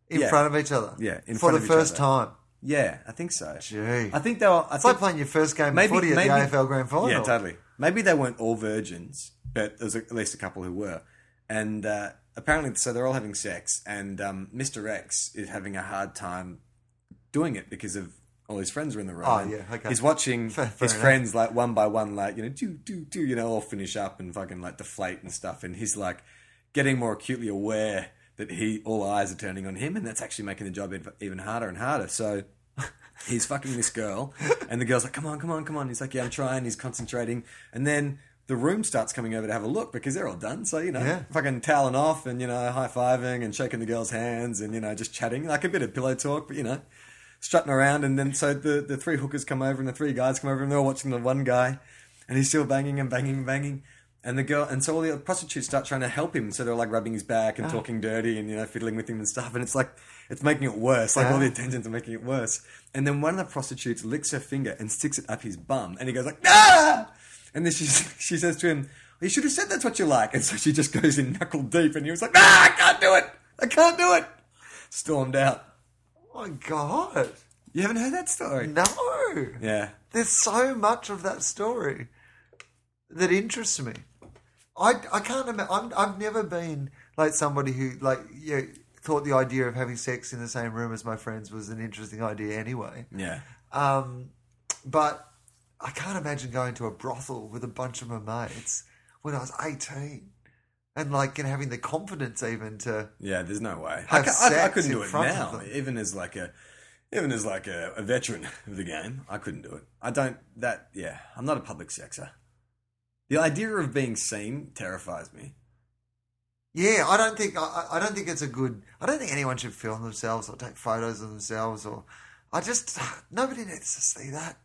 B: In
A: Yeah.
B: front of each other.
A: Yeah, in
B: For
A: front
B: the
A: of each
B: first
A: other.
B: time.
A: Yeah, I think so.
B: Gee.
A: I think they were. I
B: It's
A: think,
B: like playing your first game
A: Maybe-
B: of footy at
A: maybe-
B: the AFL Grand Final.
A: Yeah, totally. Maybe they weren't all virgins, but there was at least a couple who were. And uh, apparently, so they're all having sex, and um, Mr. X is having a hard time doing it because of all his friends are in the room.
B: Oh,
A: And
B: yeah, okay.
A: He's watching
B: Fair- fair
A: his
B: enough.
A: friends like one by one, like you know, do do do, you know, all finish up and fucking like deflate and stuff, and he's like getting more acutely aware that he all eyes are turning on him, and that's actually making the job ev- even harder and harder. So he's fucking this girl, and the girl's like, "Come on, come on, come on." He's like, "Yeah, I'm trying." He's concentrating, and then the room starts coming over to have a look because they're all done. So you know,
B: Yeah.
A: fucking toweling off and you know, high fiving and shaking the girls' hands and you know, just chatting like a bit of pillow talk, but you know, strutting around. And then so the the three hookers come over and the three guys come over and they're all watching the one guy, and he's still banging and banging and banging. And the girl, and so all the other prostitutes start trying to help him. So they're like rubbing his back and talking dirty and you know fiddling with him and stuff. And it's like it's making it worse. Like all the
B: Ah.
A: attention's making it worse. And then one of the prostitutes licks her finger and sticks it up his bum, and he goes like, "Ah!" And then she she says to him, "You should have said that's what you like." And so she just goes in knuckle deep, and he was like, "Ah, I can't do it! I can't do it!" Stormed out.
B: Oh, my God.
A: You haven't heard that story?
B: No.
A: Yeah.
B: There's so much of that story that interests me. I, I can't imagine. I'm, I've never been like somebody who like you know, thought the idea of having sex in the same room as my friends was an interesting idea anyway.
A: Yeah.
B: Um, but I can't imagine going to a brothel with a bunch of my mates when I was 18 and like and having the confidence even to.
A: Yeah, there's no way. I,
B: Have
A: ca- I, I
B: sex
A: couldn't
B: in
A: do it
B: front of
A: now,
B: them.
A: even as like a, even as like a, a veteran of the game. I couldn't do it. I don't. That yeah, I'm not a public sexer. The idea of being seen terrifies me.
B: Yeah, I don't think I, I- I don't think it's a good. I don't think anyone should film themselves or take photos of themselves or. I just nobody needs to see that.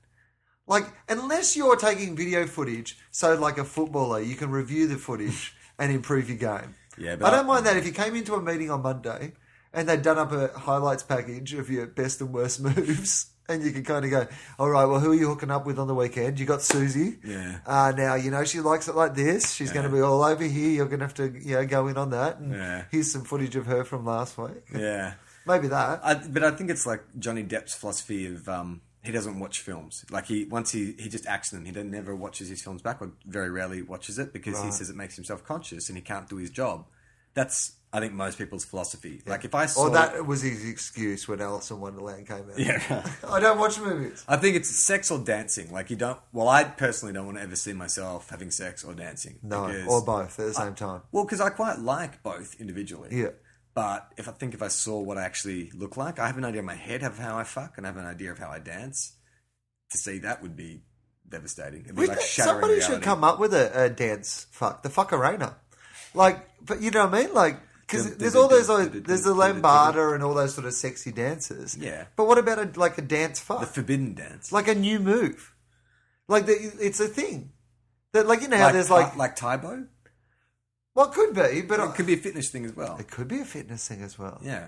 B: Like unless you're taking video footage, so like a footballer, you can review the footage and improve your game.
A: Yeah, but
B: I don't
A: I-
B: mind that if you came into a meeting on Monday and they'd done up a highlights package of your best and worst moves. And you could kind of go, all right. Well, who are you hooking up with on the weekend? You got Susie.
A: Yeah.
B: Uh, now you know she likes it like this. She's going to be all over here. You're going to have to, you know, go in on that. And
A: Yeah.
B: here's some footage of her from last week.
A: Yeah.
B: Maybe that.
A: I, but I think it's like Johnny Depp's philosophy of um, he doesn't watch films. Like he once he, he just acts in them. He don't- never watches his films back, or very rarely watches it because he says it makes himself conscious and he can't do his job. That's I think most people's philosophy. Like if I saw
B: Or that was his excuse when Alice in Wonderland came out.
A: yeah.
B: I don't watch movies.
A: I think it's sex or dancing. Like you don't. Well, I personally don't want to ever see myself having sex or dancing.
B: No,
A: because-
B: or both at the same time.
A: Well, because I quite like both individually.
B: Yeah.
A: But if I think if I saw what I actually look like, I have an idea in my head of how I fuck, and I have an idea of how I dance. To see that would be devastating. It'd be
B: We-
A: like shattering
B: somebody
A: reality.
B: should come up with a, a dance fuck the fuck arena like but you know what i mean like because there's all those like, there's the lambada and all those sort of sexy dances
A: Yeah.
B: but what about a, like a dance
A: The
B: fuck
A: forbidden dance,
B: like a new move like the, it's a thing that like you know how there's
A: Thai-
B: like
A: like Taibo.
B: what could be but
A: It could be a fitness thing as well.
B: it could be a fitness thing as well
A: Yeah.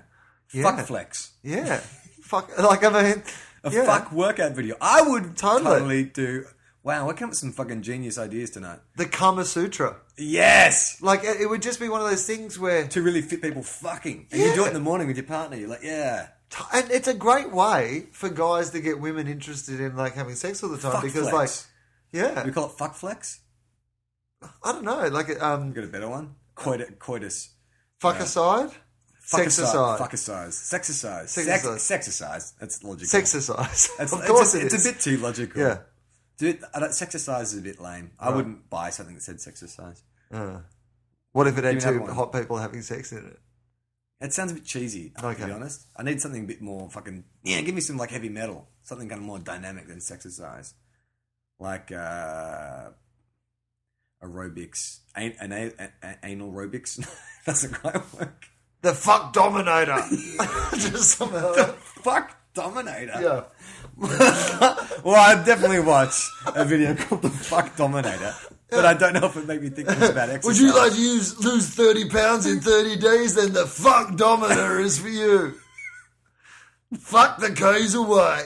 B: Yeah.
A: Fuck flex.
B: yeah fuck like i mean
A: A
B: yeah.
A: fuck workout video. I would totally,
B: Totally.
A: do. Wow, we're coming up with some fucking genius ideas tonight.
B: the kama sutra
A: Yes!
B: like it it would just be one of those things where
A: To really fit people fucking. And you do it in the morning with your partner. You're like, yeah.
B: And it's a great way for guys to get women interested in like having sex all the time
A: Fuck
B: because
A: flex.
B: like yeah,
A: we call it fuck flex?
B: I don't know, like um
A: You got a better one? Coit- coitus.
B: fuck aside,
A: Fuck
B: sex aside,
A: Fuck exercise. Sexercise. Sex,
B: Sexercise.
A: sexercise. That's logical.
B: sex aside.
A: It's,
B: of
A: it's
B: course
A: a,
B: it
A: it's
B: is.
A: a bit too logical.
B: Yeah.
A: Dude, I don't, sexercise is a bit lame. I wouldn't buy something that said sexercise.
B: What if it had
A: Give me another
B: two
A: one.
B: hot people having sex in it?
A: It sounds a bit cheesy, to
B: Okay.
A: be honest. I need something a bit more fucking. Yeah, give me some like heavy metal. Something kind of more dynamic than sexercise. Like uh, aerobics. An- an- an- an- anal aerobics doesn't quite work.
B: The fuck dominator. Just somehow.
A: Fuck Dominator.
B: yeah.
A: Well, I've definitely watched a video called The Fuck Dominator, but I don't know if it made me think it was about exercise.
B: Would you like to use, lose 30 pounds in 30 days? Then the fuck dominator is for you. fuck the K's away.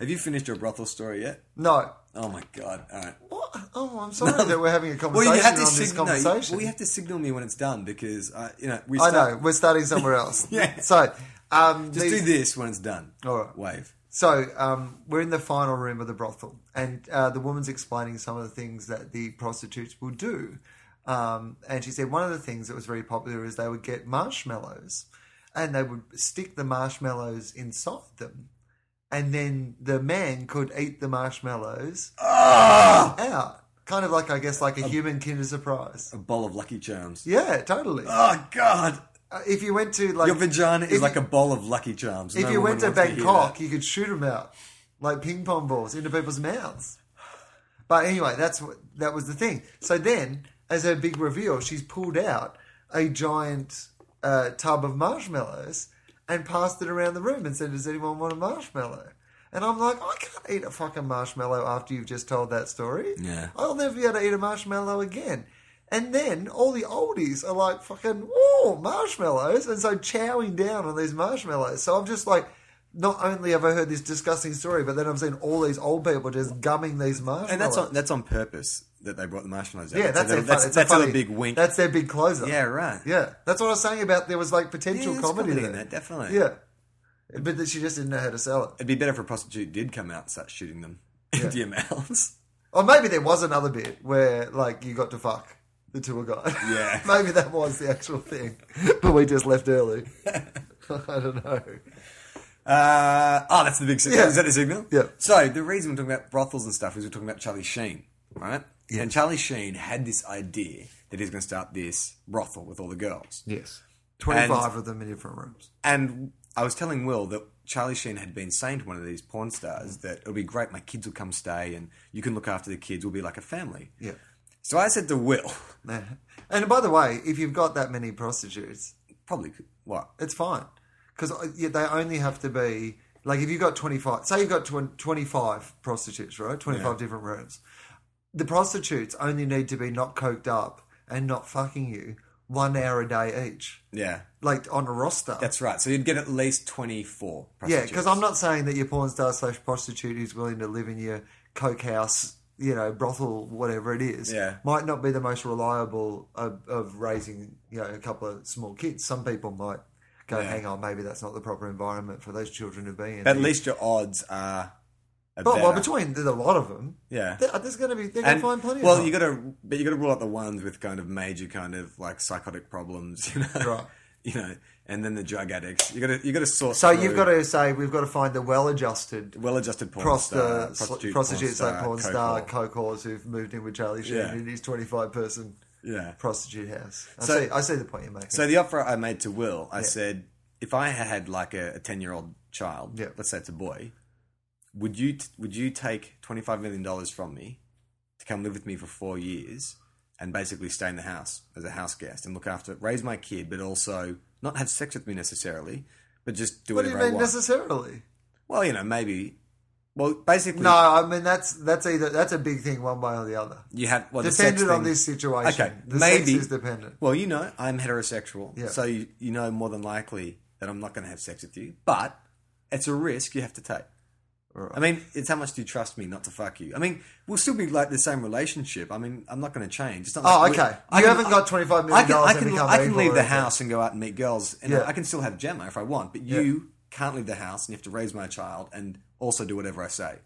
A: Have you finished your brothel story yet?
B: No.
A: Oh my god! All right.
B: What? Oh, I'm sorry that we're having a
A: Well,
B: conversation
A: you have to
B: on this
A: signal. no, you-
B: conversation.
A: well, you have to signal me when it's done because I, you know, we.
B: I
A: Start,
B: know we're starting somewhere else.
A: Yeah.
B: So, um,
A: Just
B: these-
A: do this when it's done.
B: All right.
A: Wave.
B: so um, we're in the final room of the brothel, and uh, the woman's explaining some of the things that the prostitutes will do. Um, and she said one of the things that was very popular is they would get marshmallows, and they would stick the marshmallows inside them, and then the man could eat the marshmallows
A: Ah!
B: out, kind of like I guess like a human Kinder Surprise.
A: A bowl of Lucky Charms.
B: Yeah, totally.
A: Oh God!
B: Uh, if you went to like
A: Your vagina is
B: if-
A: like a bowl of Lucky Charms.
B: If
A: No
B: you
A: woman
B: went to
A: wants hear
B: Bangkok,
A: that.
B: you could shoot them out like ping pong balls into people's mouths. But anyway, that's what that was the thing. So then, as her big reveal, she's pulled out a giant uh, tub of marshmallows and passed it around the room and said, "Does anyone want a marshmallow?" And I'm like, I can't eat a fucking marshmallow after you've just told that story.
A: Yeah.
B: I'll never be able to eat a marshmallow again. And then all the oldies are like fucking whoa marshmallows, and so chowing down on these marshmallows. So I'm just like, not only have I heard this disgusting story, but then I've seen all these old people just gumming these marshmallows.
A: and that's on that's on purpose that they brought the marshmallows. out.
B: yeah, that's
A: so
B: their
A: that- that's
B: fun, it's
A: that's
B: a
A: a
B: funny-
A: big wink.
B: That's their big closer.
A: yeah, right.
B: yeah. That's what I was saying about there was like potential
A: there's
B: comedy,
A: comedy
B: there.
A: in that, definitely.
B: Yeah, but that she just didn't know how to sell it.
A: It'd be better if a prostitute did come out and start shooting them into your mouths.
B: Or maybe there was another bit where like you got to fuck the tour guide.
A: Yeah.
B: maybe that was the actual thing, but we just left early. I don't know.
A: Uh, oh, that's the big signal.
B: Yeah.
A: Is that a signal?
B: Yeah.
A: So the reason we're talking about brothels and stuff is we're talking about Charlie Sheen, right? Yeah. And Charlie Sheen had this idea that he's going to start this brothel with all the girls.
B: Yes. 25 of them in different rooms.
A: And I was telling Will that Charlie Sheen had been saying to one of these porn stars that it'll be great, my kids will come stay and you can look after the kids, we'll be like a family.
B: Yeah.
A: So I said to Will,
B: And by the way, if you've got that many prostitutes,
A: probably, could- what?
B: it's fine. Because yeah, they only have to be, like, if you've got 25, say you've got twen- 25 prostitutes, right? 25 different rooms. The prostitutes only need to be not coked up and not fucking you one hour a day each,
A: Yeah.
B: like on a roster.
A: That's right. So you'd get at least 24
B: Yeah,
A: prostitutes.
B: because I'm not saying that your porn star slash prostitute who's willing to live in your coke house, you know, brothel, whatever it is,
A: Yeah.
B: might not be the most reliable of, of raising, you know, a couple of small kids. Some people might go, hang on, maybe that's not the proper environment for those children to be in.
A: At least your odds are
B: But well,
A: better-
B: between there's a lot of them.
A: Yeah.
B: There- there's going to be they're going
A: And,
B: to find plenty.
A: well,
B: of
A: you
B: them.
A: got to, but you got to rule out the ones with kind of major, kind of like psychotic problems, you know.
B: Right.
A: You know, and then the drug addicts. You got to, you got to sort.
B: so you've got to say we've got to find the well-adjusted
A: well-adjusted porn star,
B: prosta,
A: prostitute,
B: prostitutes, like porn star,
A: co-whore.
B: co-cores who've moved in with Charlie Sheen
A: Yeah.
B: in his twenty-five person
A: Yeah.
B: prostitute house. I
A: So-
B: see. I see the point you're making.
A: So the offer I made to Will, I said, if I had like a a ten-year-old child,
B: Yeah.
A: let's say it's a boy, would you t- would you take twenty-five million dollars from me to come live with me for four years and basically stay in the house as a house guest and look after, raise my kid, but also not have sex with me necessarily, but just do
B: what do you
A: whatever I
B: mean
A: want?
B: necessarily?
A: well, you know, maybe. Well, basically,
B: No, I mean that's that's either that's a big thing one way or the other.
A: You have well, the sex
B: dependent on
A: thing-
B: this situation.
A: Okay,
B: the
A: maybe.
B: sex is dependent.
A: Well, you know, I'm heterosexual,
B: Yeah.
A: so you, you know more than likely that I'm not going to have sex with you. But it's a risk you have to take.
B: Alright.
A: I mean, it's how much do you trust me not to fuck you? I mean, we'll still be like the same relationship. I mean, I'm not going to change. It's not.
B: Oh,
A: like we-
B: okay.
A: I
B: You
A: can-
B: haven't got $25 million
A: I can, I
B: and
A: can,
B: become
A: I can
B: evil
A: leave
B: or
A: the
B: anything.
A: house and go out and meet girls, and
B: Yeah.
A: I can still have Gemma if I want. But you can't leave the house, and you have to raise my child and also do whatever I say.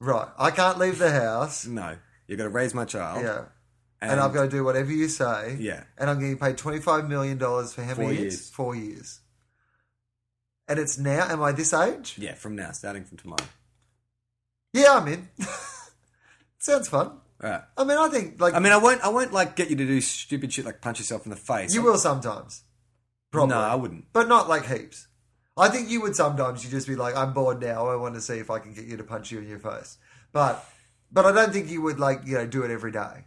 B: Right. I can't leave the house.
A: No, you're going to raise my child.
B: Yeah. And, I've got to do whatever you say.
A: Yeah.
B: And I'm getting paid $25 million for how
A: Four
B: many years?
A: years.
B: Four years. And it's now, am I this age?
A: yeah from now, starting from tomorrow.
B: Yeah, I'm in. Sounds fun.
A: All right.
B: I mean, I think, like,
A: I mean, I won't. I won't like get you to do stupid shit like punch yourself in the face.
B: you will sometimes. Probably.
A: No, I wouldn't.
B: But not like heaps. I think you would sometimes. You just be like, "I'm bored now. I want to see if I can get you to punch you in your face." But, but I don't think you would like you know do it every day.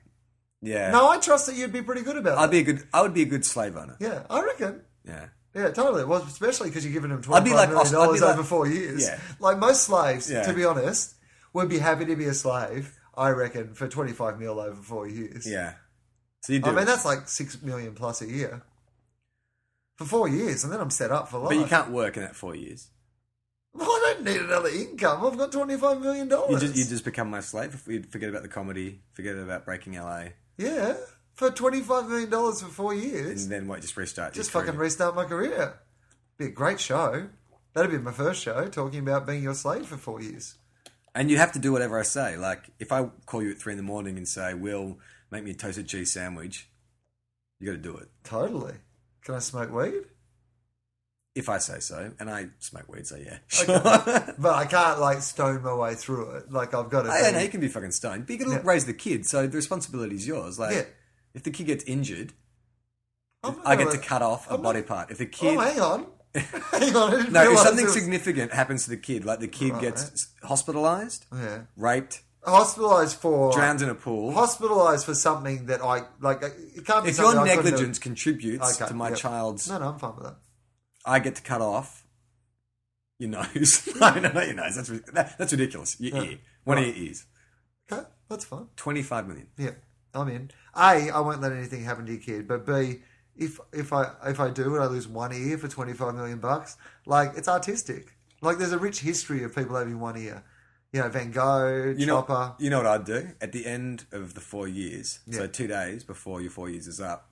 A: Yeah.
B: No, I trust that you'd be pretty good about
A: I'd
B: it.
A: be a good. I would be a good slave owner.
B: yeah, I reckon.
A: Yeah.
B: Yeah, totally. Well, especially because you're giving them
A: I'd
B: twenty
A: be
B: five
A: like
B: million
A: Os- I'd
B: dollars
A: be like-
B: over four years.
A: Yeah.
B: Like most slaves,
A: Yeah.
B: to be honest, would be happy to be a slave. I reckon for twenty five mil over four years.
A: Yeah. So you do.
B: I mean
A: it.
B: that's like six million plus a year for four years, and then I'm set up for life.
A: but you can't work in that four years.
B: Well, I don't need another income. I've got twenty-five million
A: You
B: dollars.
A: just you just become my slave. You forget about the comedy. Forget about breaking LA,
B: yeah, for twenty-five million dollars for four
A: and
B: years,
A: then what? Just restart. your
B: just fucking
A: career.
B: restart my career. Be a great show. That'd be my first show talking about being your slave for four years.
A: and you have to do whatever I say. Like if I call you at three in the morning and say, "Will, make me a toasted cheese sandwich," you got to do it.
B: Totally. Can I smoke weed?
A: If I say so, and I smoke weed, so yeah.
B: But I can't like stone my way through it. Like I've got to.
A: I don't know.
B: be-
A: You can be fucking stoned, but you can
B: Yeah.
A: raise the kid, so the responsibility is yours. Like,
B: Yeah.
A: if the kid gets injured,
B: I'm not
A: I get
B: gonna-
A: to cut off a
B: I'm not-
A: body part. If the
B: Oh,
A: kid,
B: hang on. hang on. I didn't
A: no, if
B: realise
A: something
B: it was-
A: significant happens to the kid, like the kid gets s- hospitalized,
B: Yeah.
A: raped,
B: Hospitalized for.
A: drowned in a pool.
B: Hospitalized for something that I like. It can't be
A: if
B: something
A: your
B: I couldn't have-
A: negligence contributes
B: Okay,
A: to my
B: yeah.
A: child's,
B: No, no, I'm fine with that.
A: I get to cut off your nose. no, no, not your nose. That's ri- that, that's ridiculous. Your ear, one of your ears,
B: Okay, that's fine.
A: twenty-five million.
B: Yeah, I'm in. A, I won't let anything happen to your kid. But B, if if I if I do and I lose one ear for twenty five million bucks, like it's artistic. Like there's a rich history of people having one ear. You know, Van Gogh,
A: You know,
B: Chopper.
A: you know what I'd do at the end of the four years. So two days before your four years is up,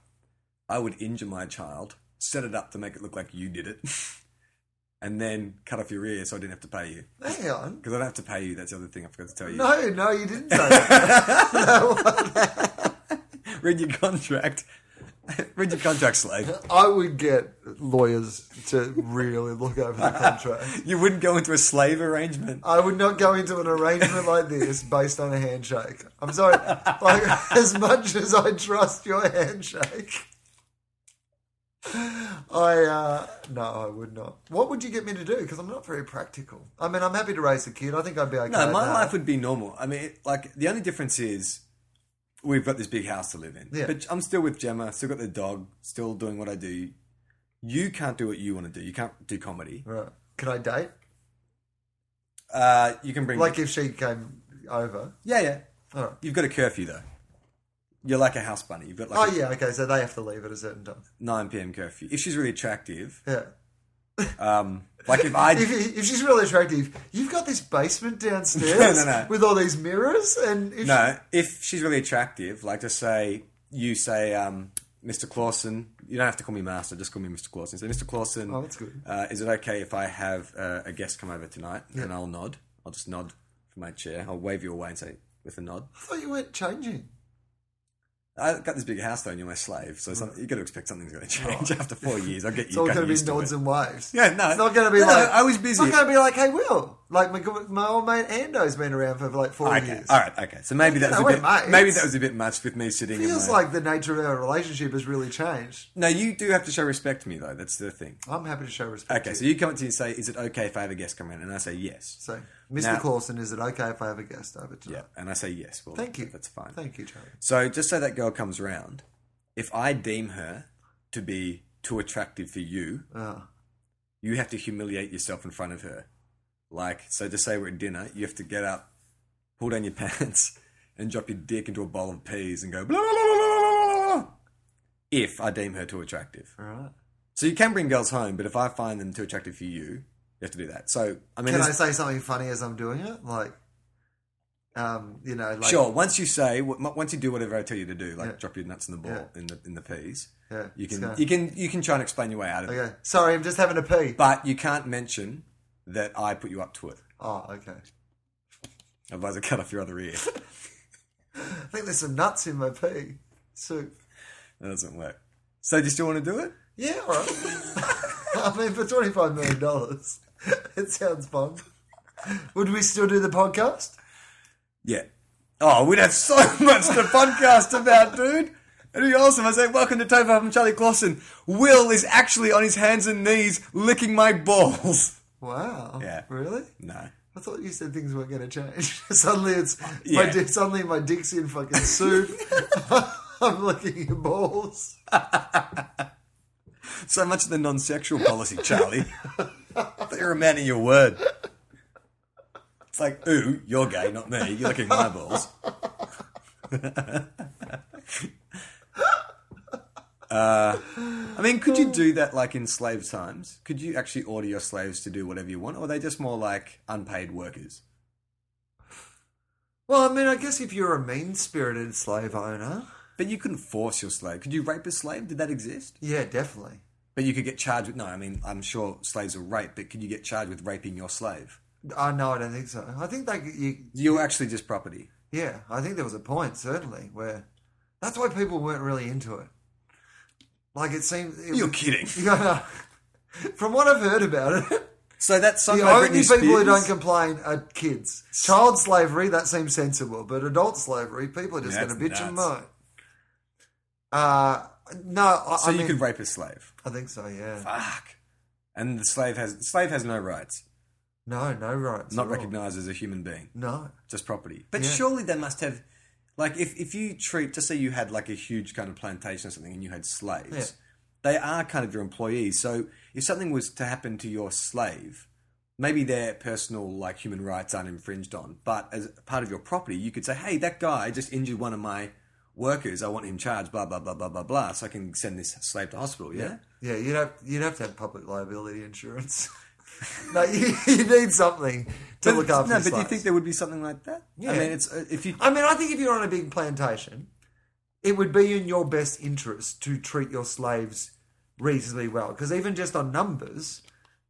A: I would injure my child, set it up to make it look like you did it, and then cut off your ear so I didn't have to pay you
B: Hang on.
A: because I don't have to pay you. That's the other thing I forgot to tell you.
B: No, no, you didn't say that.
A: Read your contract. Read your contract, slave.
B: I would get lawyers to really look over the contract.
A: You wouldn't go into a slave arrangement.
B: I would not go into an arrangement like this based on a handshake. I'm sorry. Like, as much as I trust your handshake, I, uh, no, I would not. What would you get me to do? Because I'm not very practical. I mean, I'm happy to raise a kid. I think I'd be okay.
A: No,
B: with
A: Uh, my
B: that.
A: life would be normal. I mean, it- like the only difference is we've got this big house to live in.
B: Yeah.
A: But I'm still with Gemma, still got the dog, still doing what I do. You can't do what you want to do. You can't do comedy.
B: Right. Can I date?
A: Uh, you can bring
B: Like, if she came over.
A: yeah, yeah.
B: All right.
A: You've got a curfew though. You're like a house bunny. You've got like
B: Oh,
A: a
B: yeah, okay, so they have to leave at a certain time.
A: 9 p.m. curfew. If she's really attractive,
B: Yeah.
A: um, like if I
B: If, if she's really attractive, you've got this basement downstairs
A: No, no, no.
B: with all these mirrors, and if
A: no, if she's really attractive, like just say you say um, Mr. Clausen. You don't have to call me master. Just call me Mr. Clausen. Say Mr. Clausen.
B: Oh, that's good.
A: Uh, is it okay if I have uh, a guest come over tonight? And I'll nod. I'll just nod from my chair. I'll wave you away and say, with a nod,
B: I thought you weren't changing.
A: I got this big house though, and you're my slave, so some, you got to expect something's going to change after four years. I'll get you.
B: Oh. It's all
A: got
B: going to be
A: used
B: nods
A: it.
B: and waves.
A: Yeah, no.
B: It's not going to be
A: No, no,
B: like.
A: I was
B: It's
A: busy.
B: not going to be like, hey, Will. Like, my, good- my old mate Ando's been around for like four
A: Okay,
B: years.
A: all right, okay. So maybe that was
B: know,
A: a
B: we're
A: bit.
B: mates.
A: Maybe that was a bit much with me sitting. in
B: Feels
A: my-
B: like the nature of our relationship has really changed.
A: No, you do have to show respect to me though. That's the thing.
B: I'm happy to show respect.
A: Okay, so you come up to me and say, "Is it okay if I have a guest come in?" And I say, "Yes."
B: So, Mr.
A: Now-
B: Clausen, is it okay if I have a guest over tonight?
A: Yeah, and I say yes. Well,
B: Thank you.
A: That's fine.
B: Thank you, Charlie.
A: So just so that girl comes round, if I deem her to be too attractive for you,
B: Oh.
A: you have to humiliate yourself in front of her. Like, so just say we're at dinner, you have to get up, pull down your pants, and drop your dick into a bowl of peas and go blah blah blah blah blah blah, blah. blah," If I deem her too attractive,
B: All right.
A: so you can bring girls home, but if I find them too attractive for you, you have to do that. So I mean,
B: Can I
A: there's-
B: say something funny as I'm doing it? Like, um, you know, like
A: sure. Once you say, wh- once you do whatever I tell you to do, like
B: Yeah.
A: drop your nuts in the ball
B: Yeah.
A: in the in the peas,
B: Yeah,
A: you
B: it's
A: can
B: gonna-
A: you can you can try and explain your way out of it.
B: Okay, sorry, I'm just having a pee.
A: But you can't mention that I put you up to it.
B: Oh, okay.
A: Otherwise, I cut off your other ear.
B: I think there's some nuts in my pee soup.
A: That doesn't work. So, do you still want to do it?
B: Yeah, all right. I mean, for twenty five million dollars, it sounds fun. Would we still do the podcast?
A: Yeah. Oh, we'd have so much to podcast about, dude. It'd be awesome. I say, welcome to Topher from Charlie Clausen. Will is actually on his hands and knees licking my balls.
B: Wow.
A: Yeah.
B: Really?
A: No.
B: I thought you said things weren't going to change. suddenly, it's my
A: Yeah.
B: di- suddenly my dick's in fucking soup. I'm licking your balls.
A: So much of the non sexual policy, Charlie. I thought you were a man of your word. It's like, ooh, you're gay, not me. You're licking my balls. Uh, I mean, could you do that like in slave times? Could you actually order your slaves to do whatever you want, or are they just more like unpaid workers?
B: Well, I mean, I guess if you're a mean spirited slave owner,
A: But you couldn't force your slave. Could you rape a slave? Did that exist?
B: yeah, definitely.
A: But you could get charged with. No, I mean, I'm sure slaves are raped, but could you get charged with raping your slave?
B: Oh, no, I don't think so. I think that you,
A: You're actually just property.
B: yeah, I think there was a point certainly where that's why people weren't really into it. Like it seemed, it
A: You're
B: was-
A: kidding.
B: You know, from what I've heard about it,
A: So that's song
B: the
A: by
B: only
A: Britney
B: people
A: Spears.
B: who don't complain are kids. Child slavery that seems sensible, but adult slavery, people are just
A: Yeah,
B: going to bitch
A: that's
B: and
A: nuts.
B: moan. Uh, no, I,
A: so
B: I
A: you
B: mean,
A: could rape a slave.
B: I think so. Yeah,
A: Fuck. And the slave has the slave has no rights.
B: no, no rights.
A: Not
B: at all.
A: recognized as a human being,
B: No.
A: just property. But
B: Yeah.
A: surely they must have, like, if if you treat, just say you had like a huge kind of plantation or something, and you had slaves,
B: Yeah.
A: they are kind of your employees. So if something was to happen to your slave. Maybe their personal, like human rights, aren't infringed on, but as part of your property, you could say, "Hey, that guy just injured one of my workers. I want him charged." Blah blah blah blah blah blah. So I can send this slave to hospital. yeah?
B: Yeah, you'd have you'd have to have public liability insurance. no, you, you need something to
A: But-
B: look after.
A: No,
B: your
A: but do you
B: slaves.
A: think there would be something like that?
B: Yeah.
A: I mean, it's uh, if you.
B: I mean, I think if you're on a big plantation, it would be in your best interest to treat your slaves reasonably well, because even just on numbers,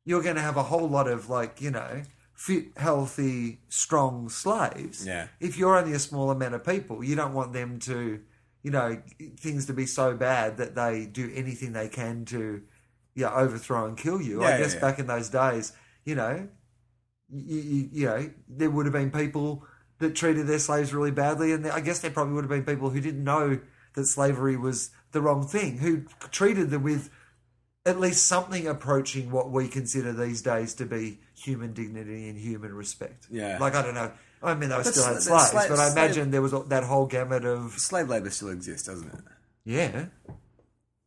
B: you're going to have a whole lot of like you know fit, healthy, strong slaves.
A: Yeah.
B: If you're only a small amount of people, you don't want them to, you know, things to be so bad that they do anything they can to, yeah, overthrow and kill you.
A: Yeah,
B: I
A: yeah,
B: guess
A: yeah.
B: back in those days, you know, you, you, you know, there would have been people that treated their slaves really badly, and I guess there probably would have been people who didn't know that slavery was the wrong thing, who treated them with at least something approaching what we consider these days to be human dignity and human respect.
A: Yeah.
B: like I don't know. I mean, they were
A: But
B: still had
A: sla-
B: slaves,
A: sla-
B: but I
A: slave-
B: imagine there was that whole gamut of
A: Slave labor still exists, doesn't it?
B: yeah.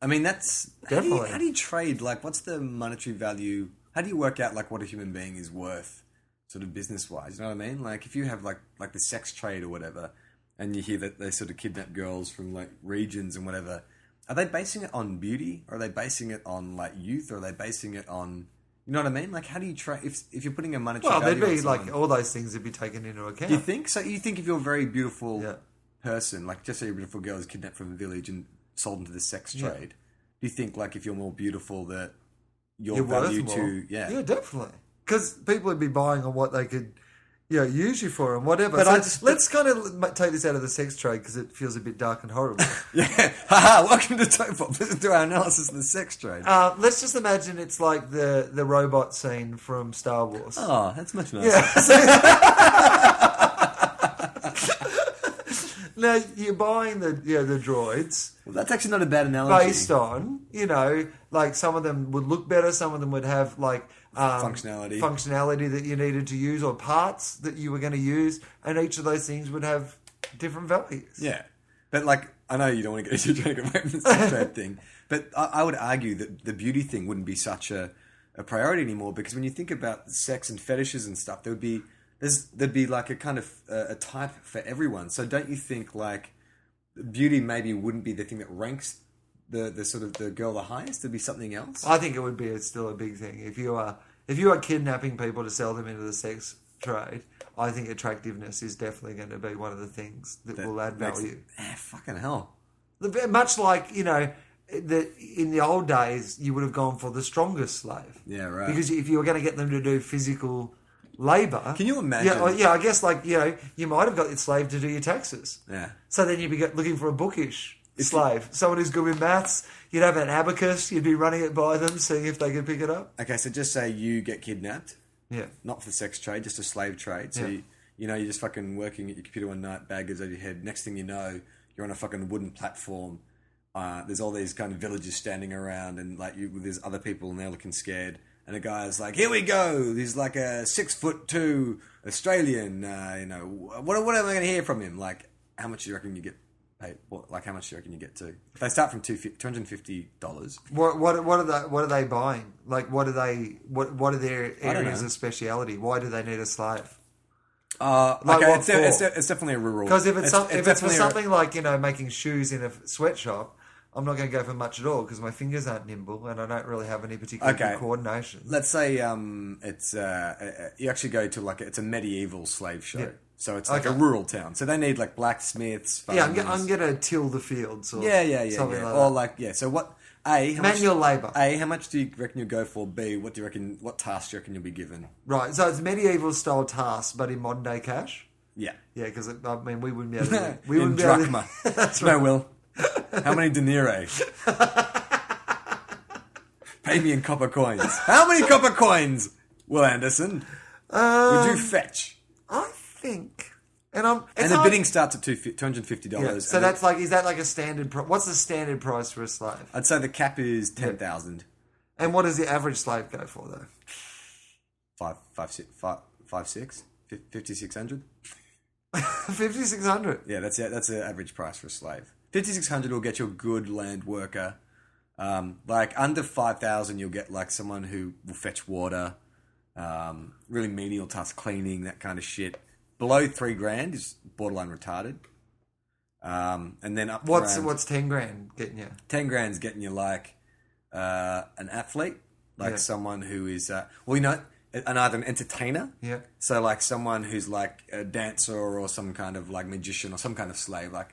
A: I mean, that's. How do, you,
B: Definitely.
A: how do you trade? Like, what's the monetary value? How do you work out, like, what a human being is worth, sort of business wise? You know what I mean? Like, if you have, like, like the sex trade or whatever, and you hear that they sort of kidnap girls from, like, regions and whatever, are they basing it on beauty? Or are they basing it on, like, youth? Or are they basing it on. You know what I mean? Like, how do you trade? If, if you're putting a monetary
B: Well, there'd
A: value on
B: be
A: someone-
B: like all those things would be taken into account.
A: You think so? You think if you're a very beautiful
B: Yeah.
A: person, like just say a beautiful girl is kidnapped from a village and sold into the sex
B: Yeah.
A: trade, do you think like if you're more beautiful that your
B: You're worth
A: value
B: more.
A: to yeah?
B: yeah, definitely. Because people would be buying on what they could yeah, use you for him, whatever.
A: But
B: so
A: I just-
B: let's kind of take this out of the sex trade because it feels a bit dark and horrible.
A: Yeah, haha, welcome to Topop. Listen to our analysis of the sex trade.
B: uh, let's just imagine it's like the the robot scene from Star Wars.
A: oh, that's much nicer.
B: Yeah. now you're buying the you know, the droids
A: Well, that's actually not a bad analogy.
B: based on you know like some of them would look better, some of them would have like um,
A: Functionality.
B: functionality that you needed to use or parts that you were going to use, and each of those things would have different values.
A: Yeah, but like I know you don't want to get you're trying to get away from the sex trade thing, but I, I would argue that the beauty thing wouldn't be such a, a priority anymore because when you think about sex and fetishes and stuff, there would be there's there'd be like a kind of uh, a type for everyone. So don't you think like beauty maybe wouldn't be the thing that ranks the the sort of the girl the highest? There'd be something else.
B: I think it would be a, still a big thing if you are if you are kidnapping people to sell them into the sex trade. I think attractiveness is definitely going to be one of the things that, will add
A: Makes-
B: value.
A: Eh, fucking hell.
B: The- Much like you know, the, in the old days, you would have gone for the strongest slave.
A: Yeah, right.
B: Because if you were going to get them to do physical labor,
A: Can you imagine?
B: Yeah, well, yeah. I guess like you know, you might have got your slave to do your taxes.
A: Yeah.
B: So then you'd be go- looking for a bookish slave, someone who's good with maths. You'd have an abacus. You'd be running it by them, seeing if they could pick it up.
A: Okay, so just say you get kidnapped.
B: Yeah.
A: not for the sex trade, just a slave trade. So
B: Yeah.
A: you, you know, you're just fucking working at your computer one night, bag goes over your head. Next thing you know, you're on a fucking wooden platform. Uh, there's all these kind of villagers standing around, and like you, there's other people, and they're looking scared. And a guy's like, "Here we go." He's like a six foot two Australian. Uh, you know, what what am I going to hear from him? Like, how much do you reckon you get paid? What, like, how much do you reckon you get to? They start from two hundred and fifty dollars.
B: What what what are they what are they buying? Like what are they what what are their
A: don't
B: areas
A: know.
B: of speciality? Why do they need a slave?
A: Uh,
B: Like
A: okay,
B: what
A: it's, de- it's,
B: for?
A: de- it's definitely a rural.
B: Because if it's, some, if it's for
A: definitely a-
B: something like you know making shoes in a f- sweatshop, I'm not going to go for much at all because my fingers aren't nimble and I don't really have any particular good
A: Okay.
B: coordination.
A: let's say um, it's uh, uh, you actually go to like it's a medieval slave show,
B: Yeah.
A: so it's like a
B: Okay.
A: rural town. So they need like blacksmiths.
B: yeah, I'm, g-
A: farmers.
B: I'm going to till the fields or
A: yeah, yeah, yeah,
B: something
A: yeah.
B: like
A: or
B: that.
A: like yeah. So what? A how
B: Manual
A: much,
B: labour.
A: A how much do you reckon you'll go for? B what do you reckon? What task do you reckon you'll be given?
B: Right, so it's medieval style tasks, but in modern day cash.
A: Yeah,
B: Yeah, because I mean we wouldn't be able to. We
A: in
B: wouldn't be able to,
A: drachma. No, will. How many denarii? Pay me in copper coins. How many copper coins, Will Anderson? would
B: Um,
A: you fetch?
B: I think, and I'm it's
A: And the
B: hard-
A: bidding starts at two hundred fifty dollars.
B: Yeah, so that's like, is that like a standard? Pro- what's the standard price for a slave?
A: I'd say the cap is ten thousand.
B: And what does the average slave go for though?
A: Five, five, six, five, five, six, fif- 5,600?
B: Fifty six hundred.
A: Yeah, that's it. That's the average price for a slave. Fifty six hundred will get you a good land worker. Um, like under five thousand, you'll get like someone who will fetch water, um, really menial tasks, cleaning that kind of shit. Below three grand is borderline retarded. Um, and then up to
B: What's
A: around-
B: what's ten grand getting you?
A: ten grand's getting you like uh, an athlete, like
B: Yeah.
A: someone who is uh, well, you know, an either an entertainer,
B: Yeah.
A: So like someone who's like a dancer or some kind of like magician or some kind of slave, like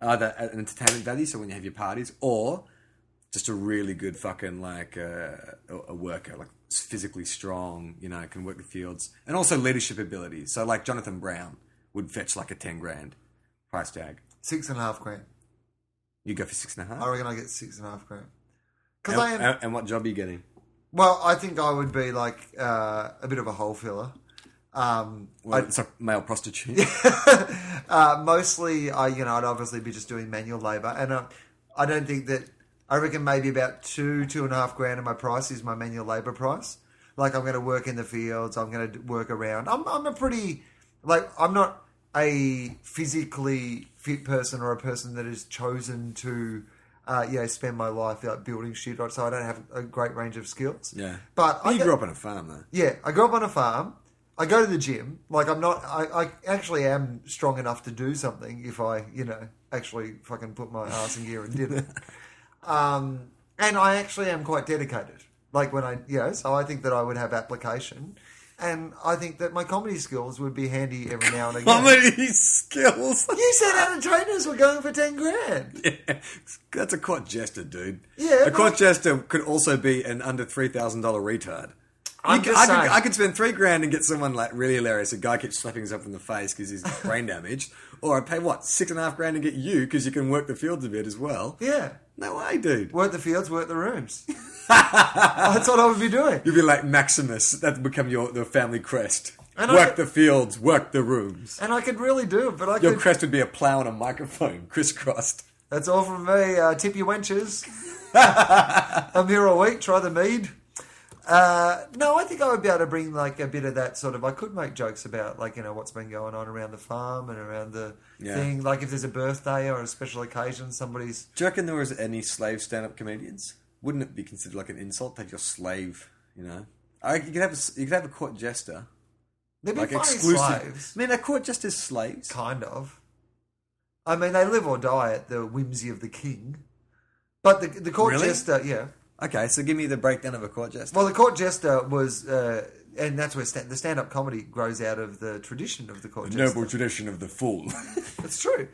A: either an entertainment value, so when you have your parties, or just a really good fucking like uh, a, a worker, like physically strong, you know, can work the fields, and also leadership ability. So like Jonathan Brown would fetch like a ten grand price tag.
B: Six and a half grand.
A: You go for six and a half.
B: I reckon I get six and a half grand. Because I am.
A: And, and, and what job are you getting?
B: well, I think I would be like uh, a bit of a hole filler. Um,
A: Well, it's a male prostitute.
B: uh, mostly, I you know, I'd obviously be just doing manual labour, and uh, I don't think that I reckon maybe about two two and a half grand of my price is my manual labour price. Like I'm going to work in the fields, I'm going to work around. I'm I'm a pretty like I'm not a physically fit person or a person that has chosen to. Uh, you know, spend my life like building shit, right? so I don't have a great range of skills.
A: Yeah.
B: but I
A: you
B: get-
A: grew up on a farm, though.
B: yeah, I grew up on a farm. I go to the gym. Like I'm not. I, I actually am strong enough to do something if I, you know, actually fucking put my ass in gear and did it. Um, and I actually am quite dedicated. Like when I, you know, so I think that I would have application, and I think that my comedy skills would be handy every now and again.
A: Comedy skills.
B: You said entertainers were going for ten grand.
A: That's a court jester, dude.
B: Yeah,
A: a court
B: but-
A: jester could also be an under three thousand dollar retard. You
C: I'm
A: could-
C: just
A: I, could,
C: saying.
A: I could spend three grand and get someone like really hilarious. A guy keeps slapping himself in the face because he's brain damaged, or I pay what six and a half grand and get you because you can work the fields a bit as well.
B: Yeah.
A: No way, dude.
B: Work the fields, work the rooms. That's what I would be doing.
A: You'd be like Maximus. That's become your the family crest.
B: And I-
A: work the fields, work the rooms.
B: And I could really do it, but I
A: Your
B: could.
A: crest would be a plow and a microphone, crisscrossed.
B: That's all from me. Uh, tip your wenches. I'm here all week. Try the mead. Uh, no, I think I would be able to bring like a bit of that sort of. I could make jokes about like you know what's been going on around the farm and around the
A: Yeah.
B: thing. Like if there's a birthday or a special occasion, somebody's.
A: Do you reckon there was any slave stand-up comedians? Wouldn't it be considered like an insult that you're slave? You know, I, you could have a, s- you could have a court jester,
B: They'd be
A: like
B: funny
A: exclusive.
B: slaves,
A: I mean, a court jester's slaves.
B: kind of. I mean, they live or die at the whimsy of the king. But the the court
A: Really?
B: jester, yeah.
A: Okay, so give me the breakdown of a court jester.
B: Well, the court jester was, uh, and that's where sta the stand-up comedy grows out of the tradition of the court jester.
A: Noble tradition of the fool.
B: It's true.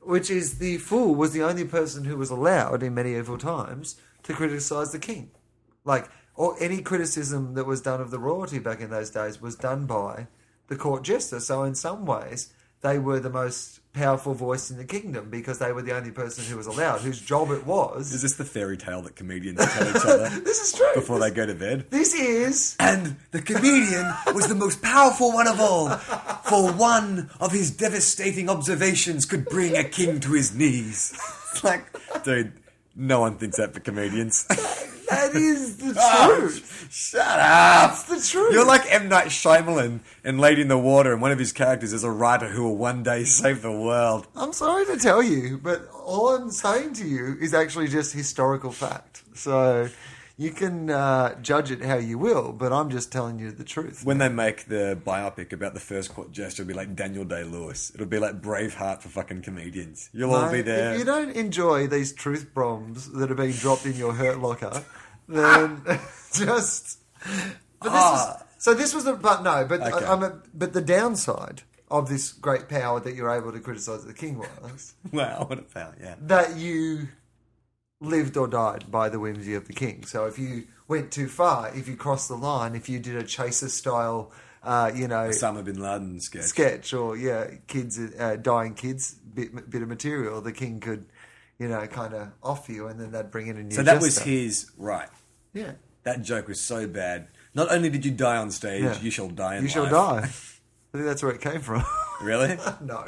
B: Which is the fool was the only person who was allowed in medieval times to criticize the king. Like, or any criticism that was done of the royalty back in those days was done by the court jester. So, in some ways, they were the most powerful voice in the kingdom because they were the only person who was allowed, whose job it was.
A: is this the fairy tale that comedians tell each other
B: This is true.
A: before they go to bed?
B: This is.
A: And the comedian was the most powerful one of all, for one of his devastating observations could bring a king to his knees. It's like, dude, no one thinks that for comedians.
B: That is the
A: Oh,
B: truth.
A: sh- shut up!
B: That's the truth.
A: You're like M. Night Shyamalan in Lady in the Water, and one of his characters is a writer who will one day save the world.
B: I'm sorry to tell you, but all I'm saying to you is actually just historical fact. So you can uh, judge it how you will, but I'm just telling you the truth.
A: When they make the biopic about the first court jester, it'll be like Daniel Day Lewis. It'll be like Braveheart for fucking comedians. You'll all be
B: Mate,
A: there.
B: If you don't enjoy these truth bombs that are being dropped in your hurt locker, then just. But this
A: Ah.
B: is so. This was the but no, but
A: Okay.
B: I, am a, but the downside of this great power that you're able to criticize the king was
A: Wow, what a pal, yeah.
B: that you lived or died by the whimsy of the king. So if you went too far, if you crossed the line, if you did a chaser style, uh, you know,
A: Osama bin Laden sketch.
B: sketch or yeah, kids uh, dying kids bit, bit of material, the king could, you know, kind of off you, and then they'd bring in a new.
A: so that was
B: jester.
A: his right.
B: Yeah,
A: That joke was so bad. Not only did you die on stage,
B: Yeah.
A: you shall die in
B: you shall
A: life.
B: die. I think that's where it came from.
A: Really?
B: no,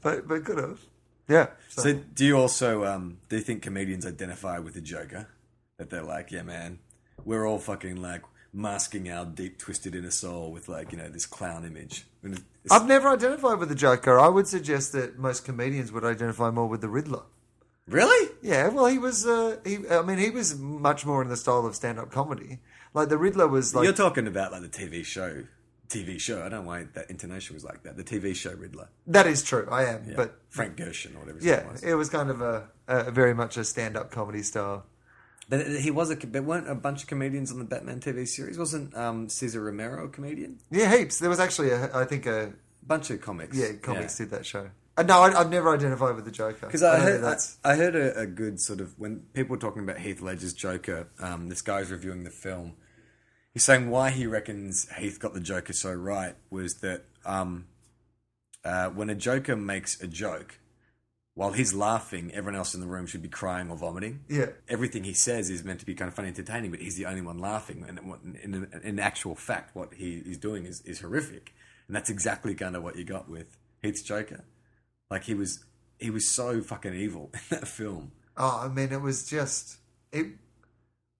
B: but but could have. Yeah.
A: Uh-huh.
B: So,
A: So do you also um, do you think comedians identify with the Joker? That they're like, yeah, man, we're all fucking like masking our deep twisted inner soul with like you know this clown image. And it's-
B: I've never identified with the Joker. I would suggest that most comedians would identify more with the Riddler.
A: really?
B: Yeah, well, he was. Uh, he, I mean, he was much more in the style of stand-up comedy. Like the Riddler was like
A: You're talking about like the TV show, TV show. I don't know why that intonation was like that. The TV show Riddler,
B: that is true. I am,
A: Yeah.
B: but
A: Frank Gershon or whatever. His name
B: yeah,
A: was.
B: it was kind of a, a very much a stand-up comedy style.
A: But he was a. But weren't a bunch of comedians on the Batman TV series? Wasn't um, Cesar Romero a comedian?
B: Yeah, heaps. There was actually, a, I think, a
A: bunch of comics.
B: yeah, comics did that show. Uh, no, I, I've never identified with the Joker
A: Because I,
B: know
A: heard, I,
B: that's
A: I heard a, a good sort of when people were talking about Heath Ledger's Joker. Um, this guy's reviewing the film. He's saying why he reckons Heath got the Joker so right was that um, uh, when a Joker makes a joke, while he's laughing, everyone else in the room should be crying or vomiting.
B: Yeah.
A: everything he says is meant to be kind of funny, and entertaining, but he's the only one laughing. And what- in, in, in actual fact, what he is doing is, is horrific, and that's exactly kind of what you got with Heath's Joker. Like he was he was so fucking evil in that film.
B: Oh, I mean, it was just it.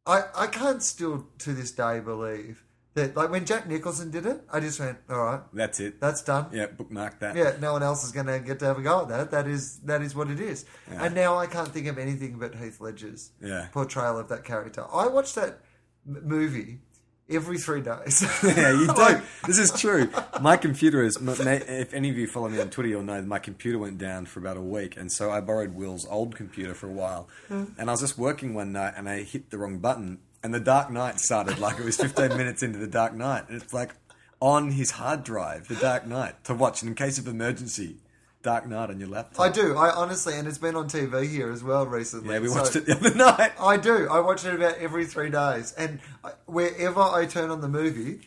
B: I I can't still to this day believe that like when Jack Nicholson did it, I just went, all right,
A: That's it.
B: that's done.
A: yeah, bookmark that.
B: Yeah, no one else is going to get to have a go at that. That is that is what it is. And now I can't think of anything but Heath Ledger's
A: Yeah.
B: portrayal of that character. I watch that m- movie every three days.
A: Yeah, you
B: Like,
A: do. This is true. My computer is. my- ma- If any of you follow me on Twitter, you'll know that my computer went down for about a week, and so I borrowed Will's old computer for a while.
B: Hmm.
A: And I was just working one night, and I hit the wrong button, and The Dark Knight started like it was 15 minutes into The Dark Knight, and it's like on his hard drive, The Dark Knight, to watch in case of emergency. Dark Knight on your laptop.
B: I do. I honestly, and it's been on TV here as well recently.
A: yeah, we
B: so-
A: watched it the other night.
B: I do. I watch it about every three days, and I, wherever I turn on the movie,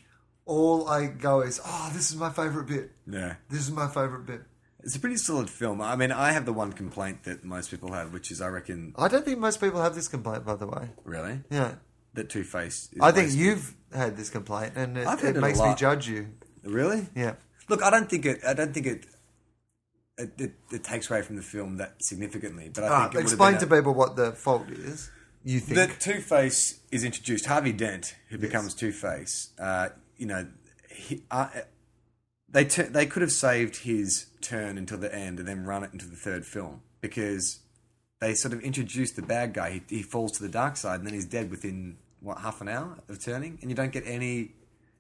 B: all I go is, "Oh, this is my favorite bit.
A: Yeah.
B: This is my favorite bit."
A: It's a pretty solid film. I mean, I have the one complaint that most people have, which is I reckon,
B: I don't think most people have this complaint, by the way.
A: really,
B: Yeah,
A: that Two Face.
B: I think you've had this complaint, and it,
A: I've
B: it
A: had it a
B: makes me
A: lot.
B: judge you.
A: really.
B: Yeah.
A: Look, I don't think it. I don't think it. It, it, it takes away from the film that significantly, but I
B: Ah,
A: think it would have
B: explain
A: been
B: to
A: a-
B: people what the fault is. You think?
A: that Two Face is introduced. Harvey Dent, who becomes Two Face, uh, you know, he, uh, they tu- they could have saved his turn until the end and then run it into the third film because they sort of introduce the bad guy. He, he falls to the dark side and then he's dead within what half an hour of turning, and you don't get any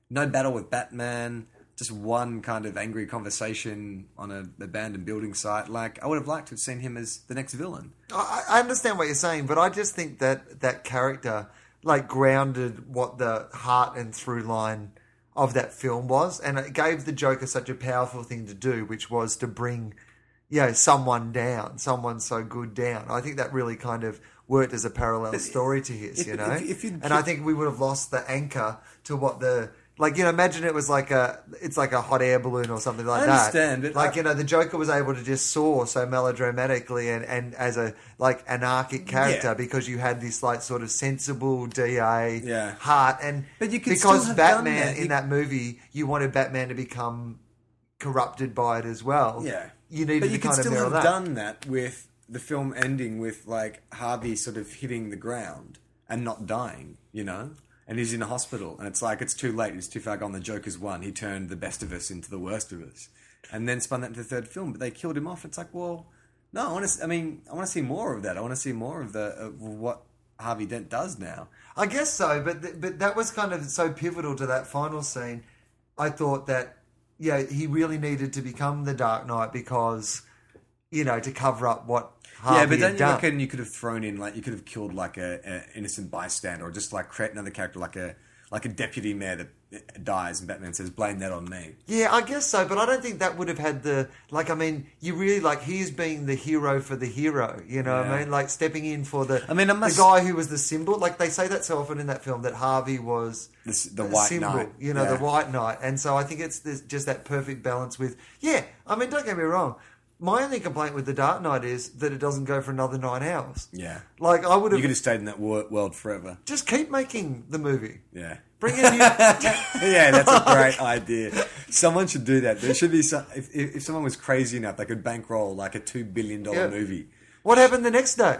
A: no battle with Batman. Just one kind of angry conversation on an abandoned building site. Like I would have liked to have seen him as the next villain.
B: I, I understand what you're saying, but I just think that that character like grounded what the heart and through line of that film was, and it gave the Joker such a powerful thing to do, which was to bring you know someone down, someone so good down. I think that really kind of worked as a parallel story to his,
A: if-
B: you know.
A: if- if you'd-
B: and I think we would have lost the anchor to what the like you know imagine it was like a it's like a hot air balloon or something like
A: I
B: that.
A: understand, but
B: like
A: I-
B: you know, the Joker was able to just soar so melodramatically and, and as a like anarchic character
A: Yeah.
B: because you had this like sort of sensible DA
A: Yeah.
B: heart and
A: But you could
B: because
A: still have done
B: Batman
A: that.
B: in
A: You-
B: that movie you wanted Batman to become corrupted by it as well.
A: Yeah,
B: You needed
A: but you
B: to kind
A: could
B: of
A: still
B: mirror
A: have
B: that.
A: done that with the film ending with like Harvey sort of hitting the ground and not dying, you know. And he's in a hospital, and it's like it's too late. It's too far gone. The Joker's won. He turned the best of us into the worst of us, and then spun that into the third film. But they killed him off. It's like, well, no. I want to. I mean, I want to see more of that. I want to see more of the of what Harvey Dent does now.
B: I guess so, but th- but that was kind of so pivotal to that final scene. I thought that yeah, he really needed to become the Dark Knight because you know to cover up what Harvey
A: yeah, but
B: had
A: don't you
B: done.
A: reckon you could have thrown in like you could have killed like a, a innocent bystander or just like create another character like a like a deputy mayor that uh, dies and Batman says blame that on me.
B: Yeah, I guess so, but I don't think that would have had the like. I mean, you really like he is being the hero for the hero. You know what I
A: Yeah.
B: mean? Like stepping in for the.
A: I mean, I must-
B: the guy who was the symbol. Like they say that so often in that film that Harvey was
A: The s- the white knight,
B: You know,
A: yeah.
B: the white knight, and so I think it's there's just that perfect balance with. Yeah, I mean, don't get me wrong. My only complaint with the Dark Knight is that it doesn't go for another nine hours.
A: Yeah,
B: Like I would
A: you
B: have
A: could have stayed in that wor- world forever.
B: just keep making the movie.
A: Yeah.
B: Bring in new.
A: Yeah, that's a great idea. Someone should do that. There should be some. If, if if someone was crazy enough, they could bankroll like a two billion dollar
B: Yeah.
A: movie.
B: What happened the next day?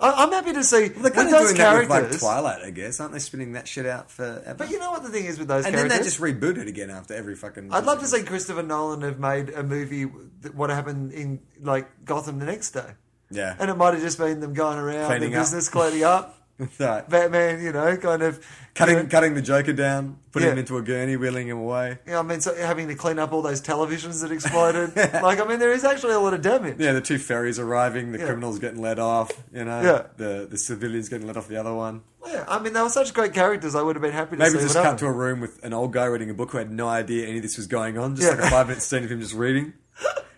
B: I, I'm happy to see
A: They're
B: with
A: kind of
B: those
A: doing
B: characters.
A: that with like Twilight, I guess, aren't they? Spinning that shit out forever.
B: but you know what the thing is with those
A: and then
B: characters?
A: they just reboot it again after every fucking.
B: I'd love to see Christopher Nolan have made a movie. That, what happened in like Gotham the next day?
A: Yeah.
B: and it might have just been them going around
A: Cleaning
B: their
A: up.
B: business, cleaning up.
A: Right.
B: Batman, you know, kind of
A: Cutting
B: You know,
A: cutting the Joker down, putting
B: Yeah.
A: him into a gurney, wheeling him away.
B: you know, I mean, so having to clean up all those televisions that exploded. like, I mean, there is actually a lot of damage.
A: Yeah, the two ferries arriving, the
B: Yeah.
A: criminals getting let off, you know,
B: Yeah.
A: the the civilians getting let off the other one.
B: Yeah, I mean, they were such great characters. I would have been happy to
A: Maybe
B: see
A: just
B: what
A: cut
B: happened.
A: to a room with an old guy reading a book who had no idea any of this was going on, just
B: Yeah.
A: like a five minute scene of him just reading.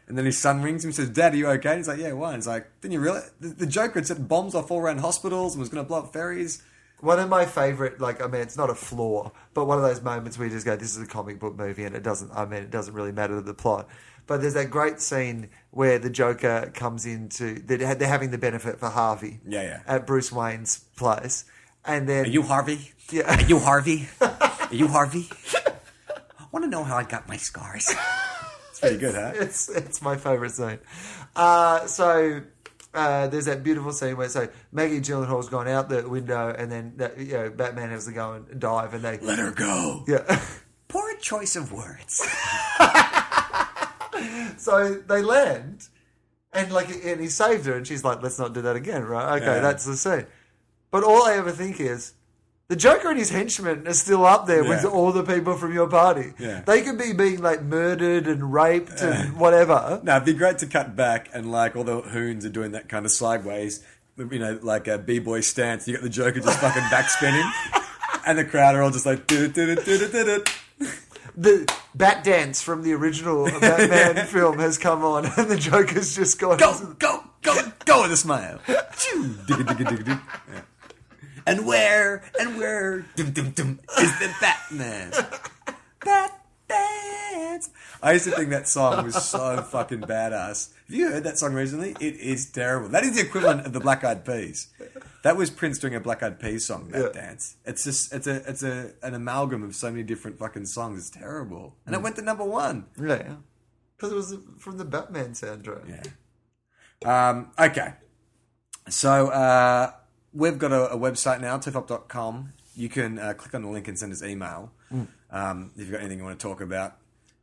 A: And then his son rings him and says, Dad, are you okay? And he's like, Yeah, why? And he's like, Didn't you realize? The, the Joker had set bombs off all around hospitals and was going to blow up ferries.
B: One of my favorite, like, I mean, it's not a flaw, but one of those moments where you just go, "This is a comic book movie," and it doesn't. I mean, it doesn't really matter to the plot. But there's that great scene where the Joker comes into they're they're having the benefit for Harvey,
A: Yeah, yeah.
B: at Bruce Wayne's place, and then
A: Are you Harvey?
B: Yeah.
A: Are you Harvey? Are you Harvey? I want to know how I got my scars. It's pretty good, huh?
B: it's it's my favorite scene. Uh, so uh, there's that beautiful scene where so Maggie Gyllenhaal's gone out the window, and then that, you know Batman has to go and dive, and they
A: Let her go.
B: yeah.
A: Poor choice of words.
B: So they land, and like, and he saved her, and she's like, "Let's not do that again, right? Okay,
A: Yeah.
B: that's the scene." But all I ever think is, the Joker and his henchmen are still up there with
A: Yeah.
B: all the people from your party.
A: Yeah.
B: They could be being like murdered and raped and whatever.
A: now it'd be great to cut back and like all the hoons are doing that kind of sideways, you know, like a b-boy stance. You got the Joker just fucking backspinning, and the crowd are all just like, "Do-do-do-do-do-do."
B: the bat dance from the original Batman film has come on, and the Joker's just gone.
A: Go, go, go, go with a smile. Choo, digga, digga, digga, digga. Yeah. And where, and where dum, dum, dum, is the Batman? Batman. I used to think that song was so fucking badass. Have you heard that song recently? It is terrible. That is the equivalent of the Black Eyed Peas. That was Prince doing a Black Eyed Peas song. That
B: Yeah.
A: dance. It's just it's a it's a an amalgam of so many different fucking songs. It's terrible, and it went to number one.
B: Yeah. Because it was from the Batman soundtrack.
A: Yeah. Um, okay. So uh, we've got a, a website now, tiffop.com. You can uh, click on the link and send us email
B: Mm.
A: um, if you've got anything you want to talk about.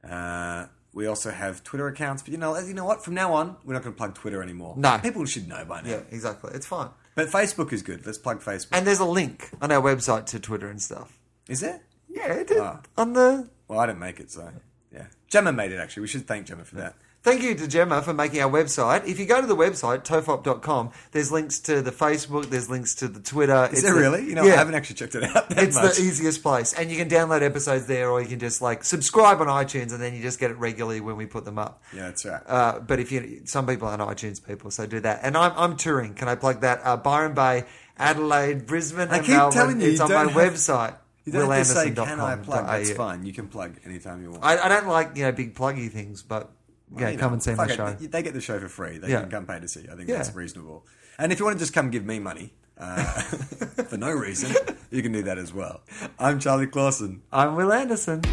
A: Uh, we also have Twitter accounts, but you know, you know what? From now on, we're not going to plug Twitter anymore.
B: No.
A: people should know by now.
B: Yeah, exactly. It's fine.
A: But Facebook is good. Let's plug Facebook.
B: And there's a link on our website to Twitter and stuff.
A: is there?
B: Yeah, it did.
A: Ah.
B: On the
A: Well, I didn't make it, so yeah. Gemma made it actually. We should thank Gemma for that.
B: Thank you to Gemma for making our website. If you go to the website, tofop.com, there's links to the Facebook, there's links to the Twitter.
A: Is there really? You know, I haven't actually checked it out. That
B: It's
A: much.
B: the e- easiest place. And you can download episodes there or you can just like subscribe on iTunes and then you just get it regularly when we put them up.
A: yeah, that's right.
B: Uh, but if you, some people aren't iTunes people, so do that. And I'm, I'm touring. Can I plug that? Uh, Byron Bay, Adelaide, Brisbane,
A: I
B: and
A: keep
B: Melbourne.
A: telling you,
B: it's
A: you
B: on my
A: don't have-
B: website.
A: You don't have to say, can I
B: willanderson.com.au.
A: plug? That's fine. You can plug anytime you want.
B: I, I don't like you know big pluggy things, but yeah,
A: You
B: come
A: know,
B: and see
A: fuck
B: my
A: it,
B: show.
A: They, they get the show for free. They
B: Yeah.
A: can come pay to see. you. I think
B: Yeah.
A: that's reasonable. And if you want to just come give me money uh, for no reason, you can do that as well. I'm Charlie Clausen.
B: I'm Will Anderson.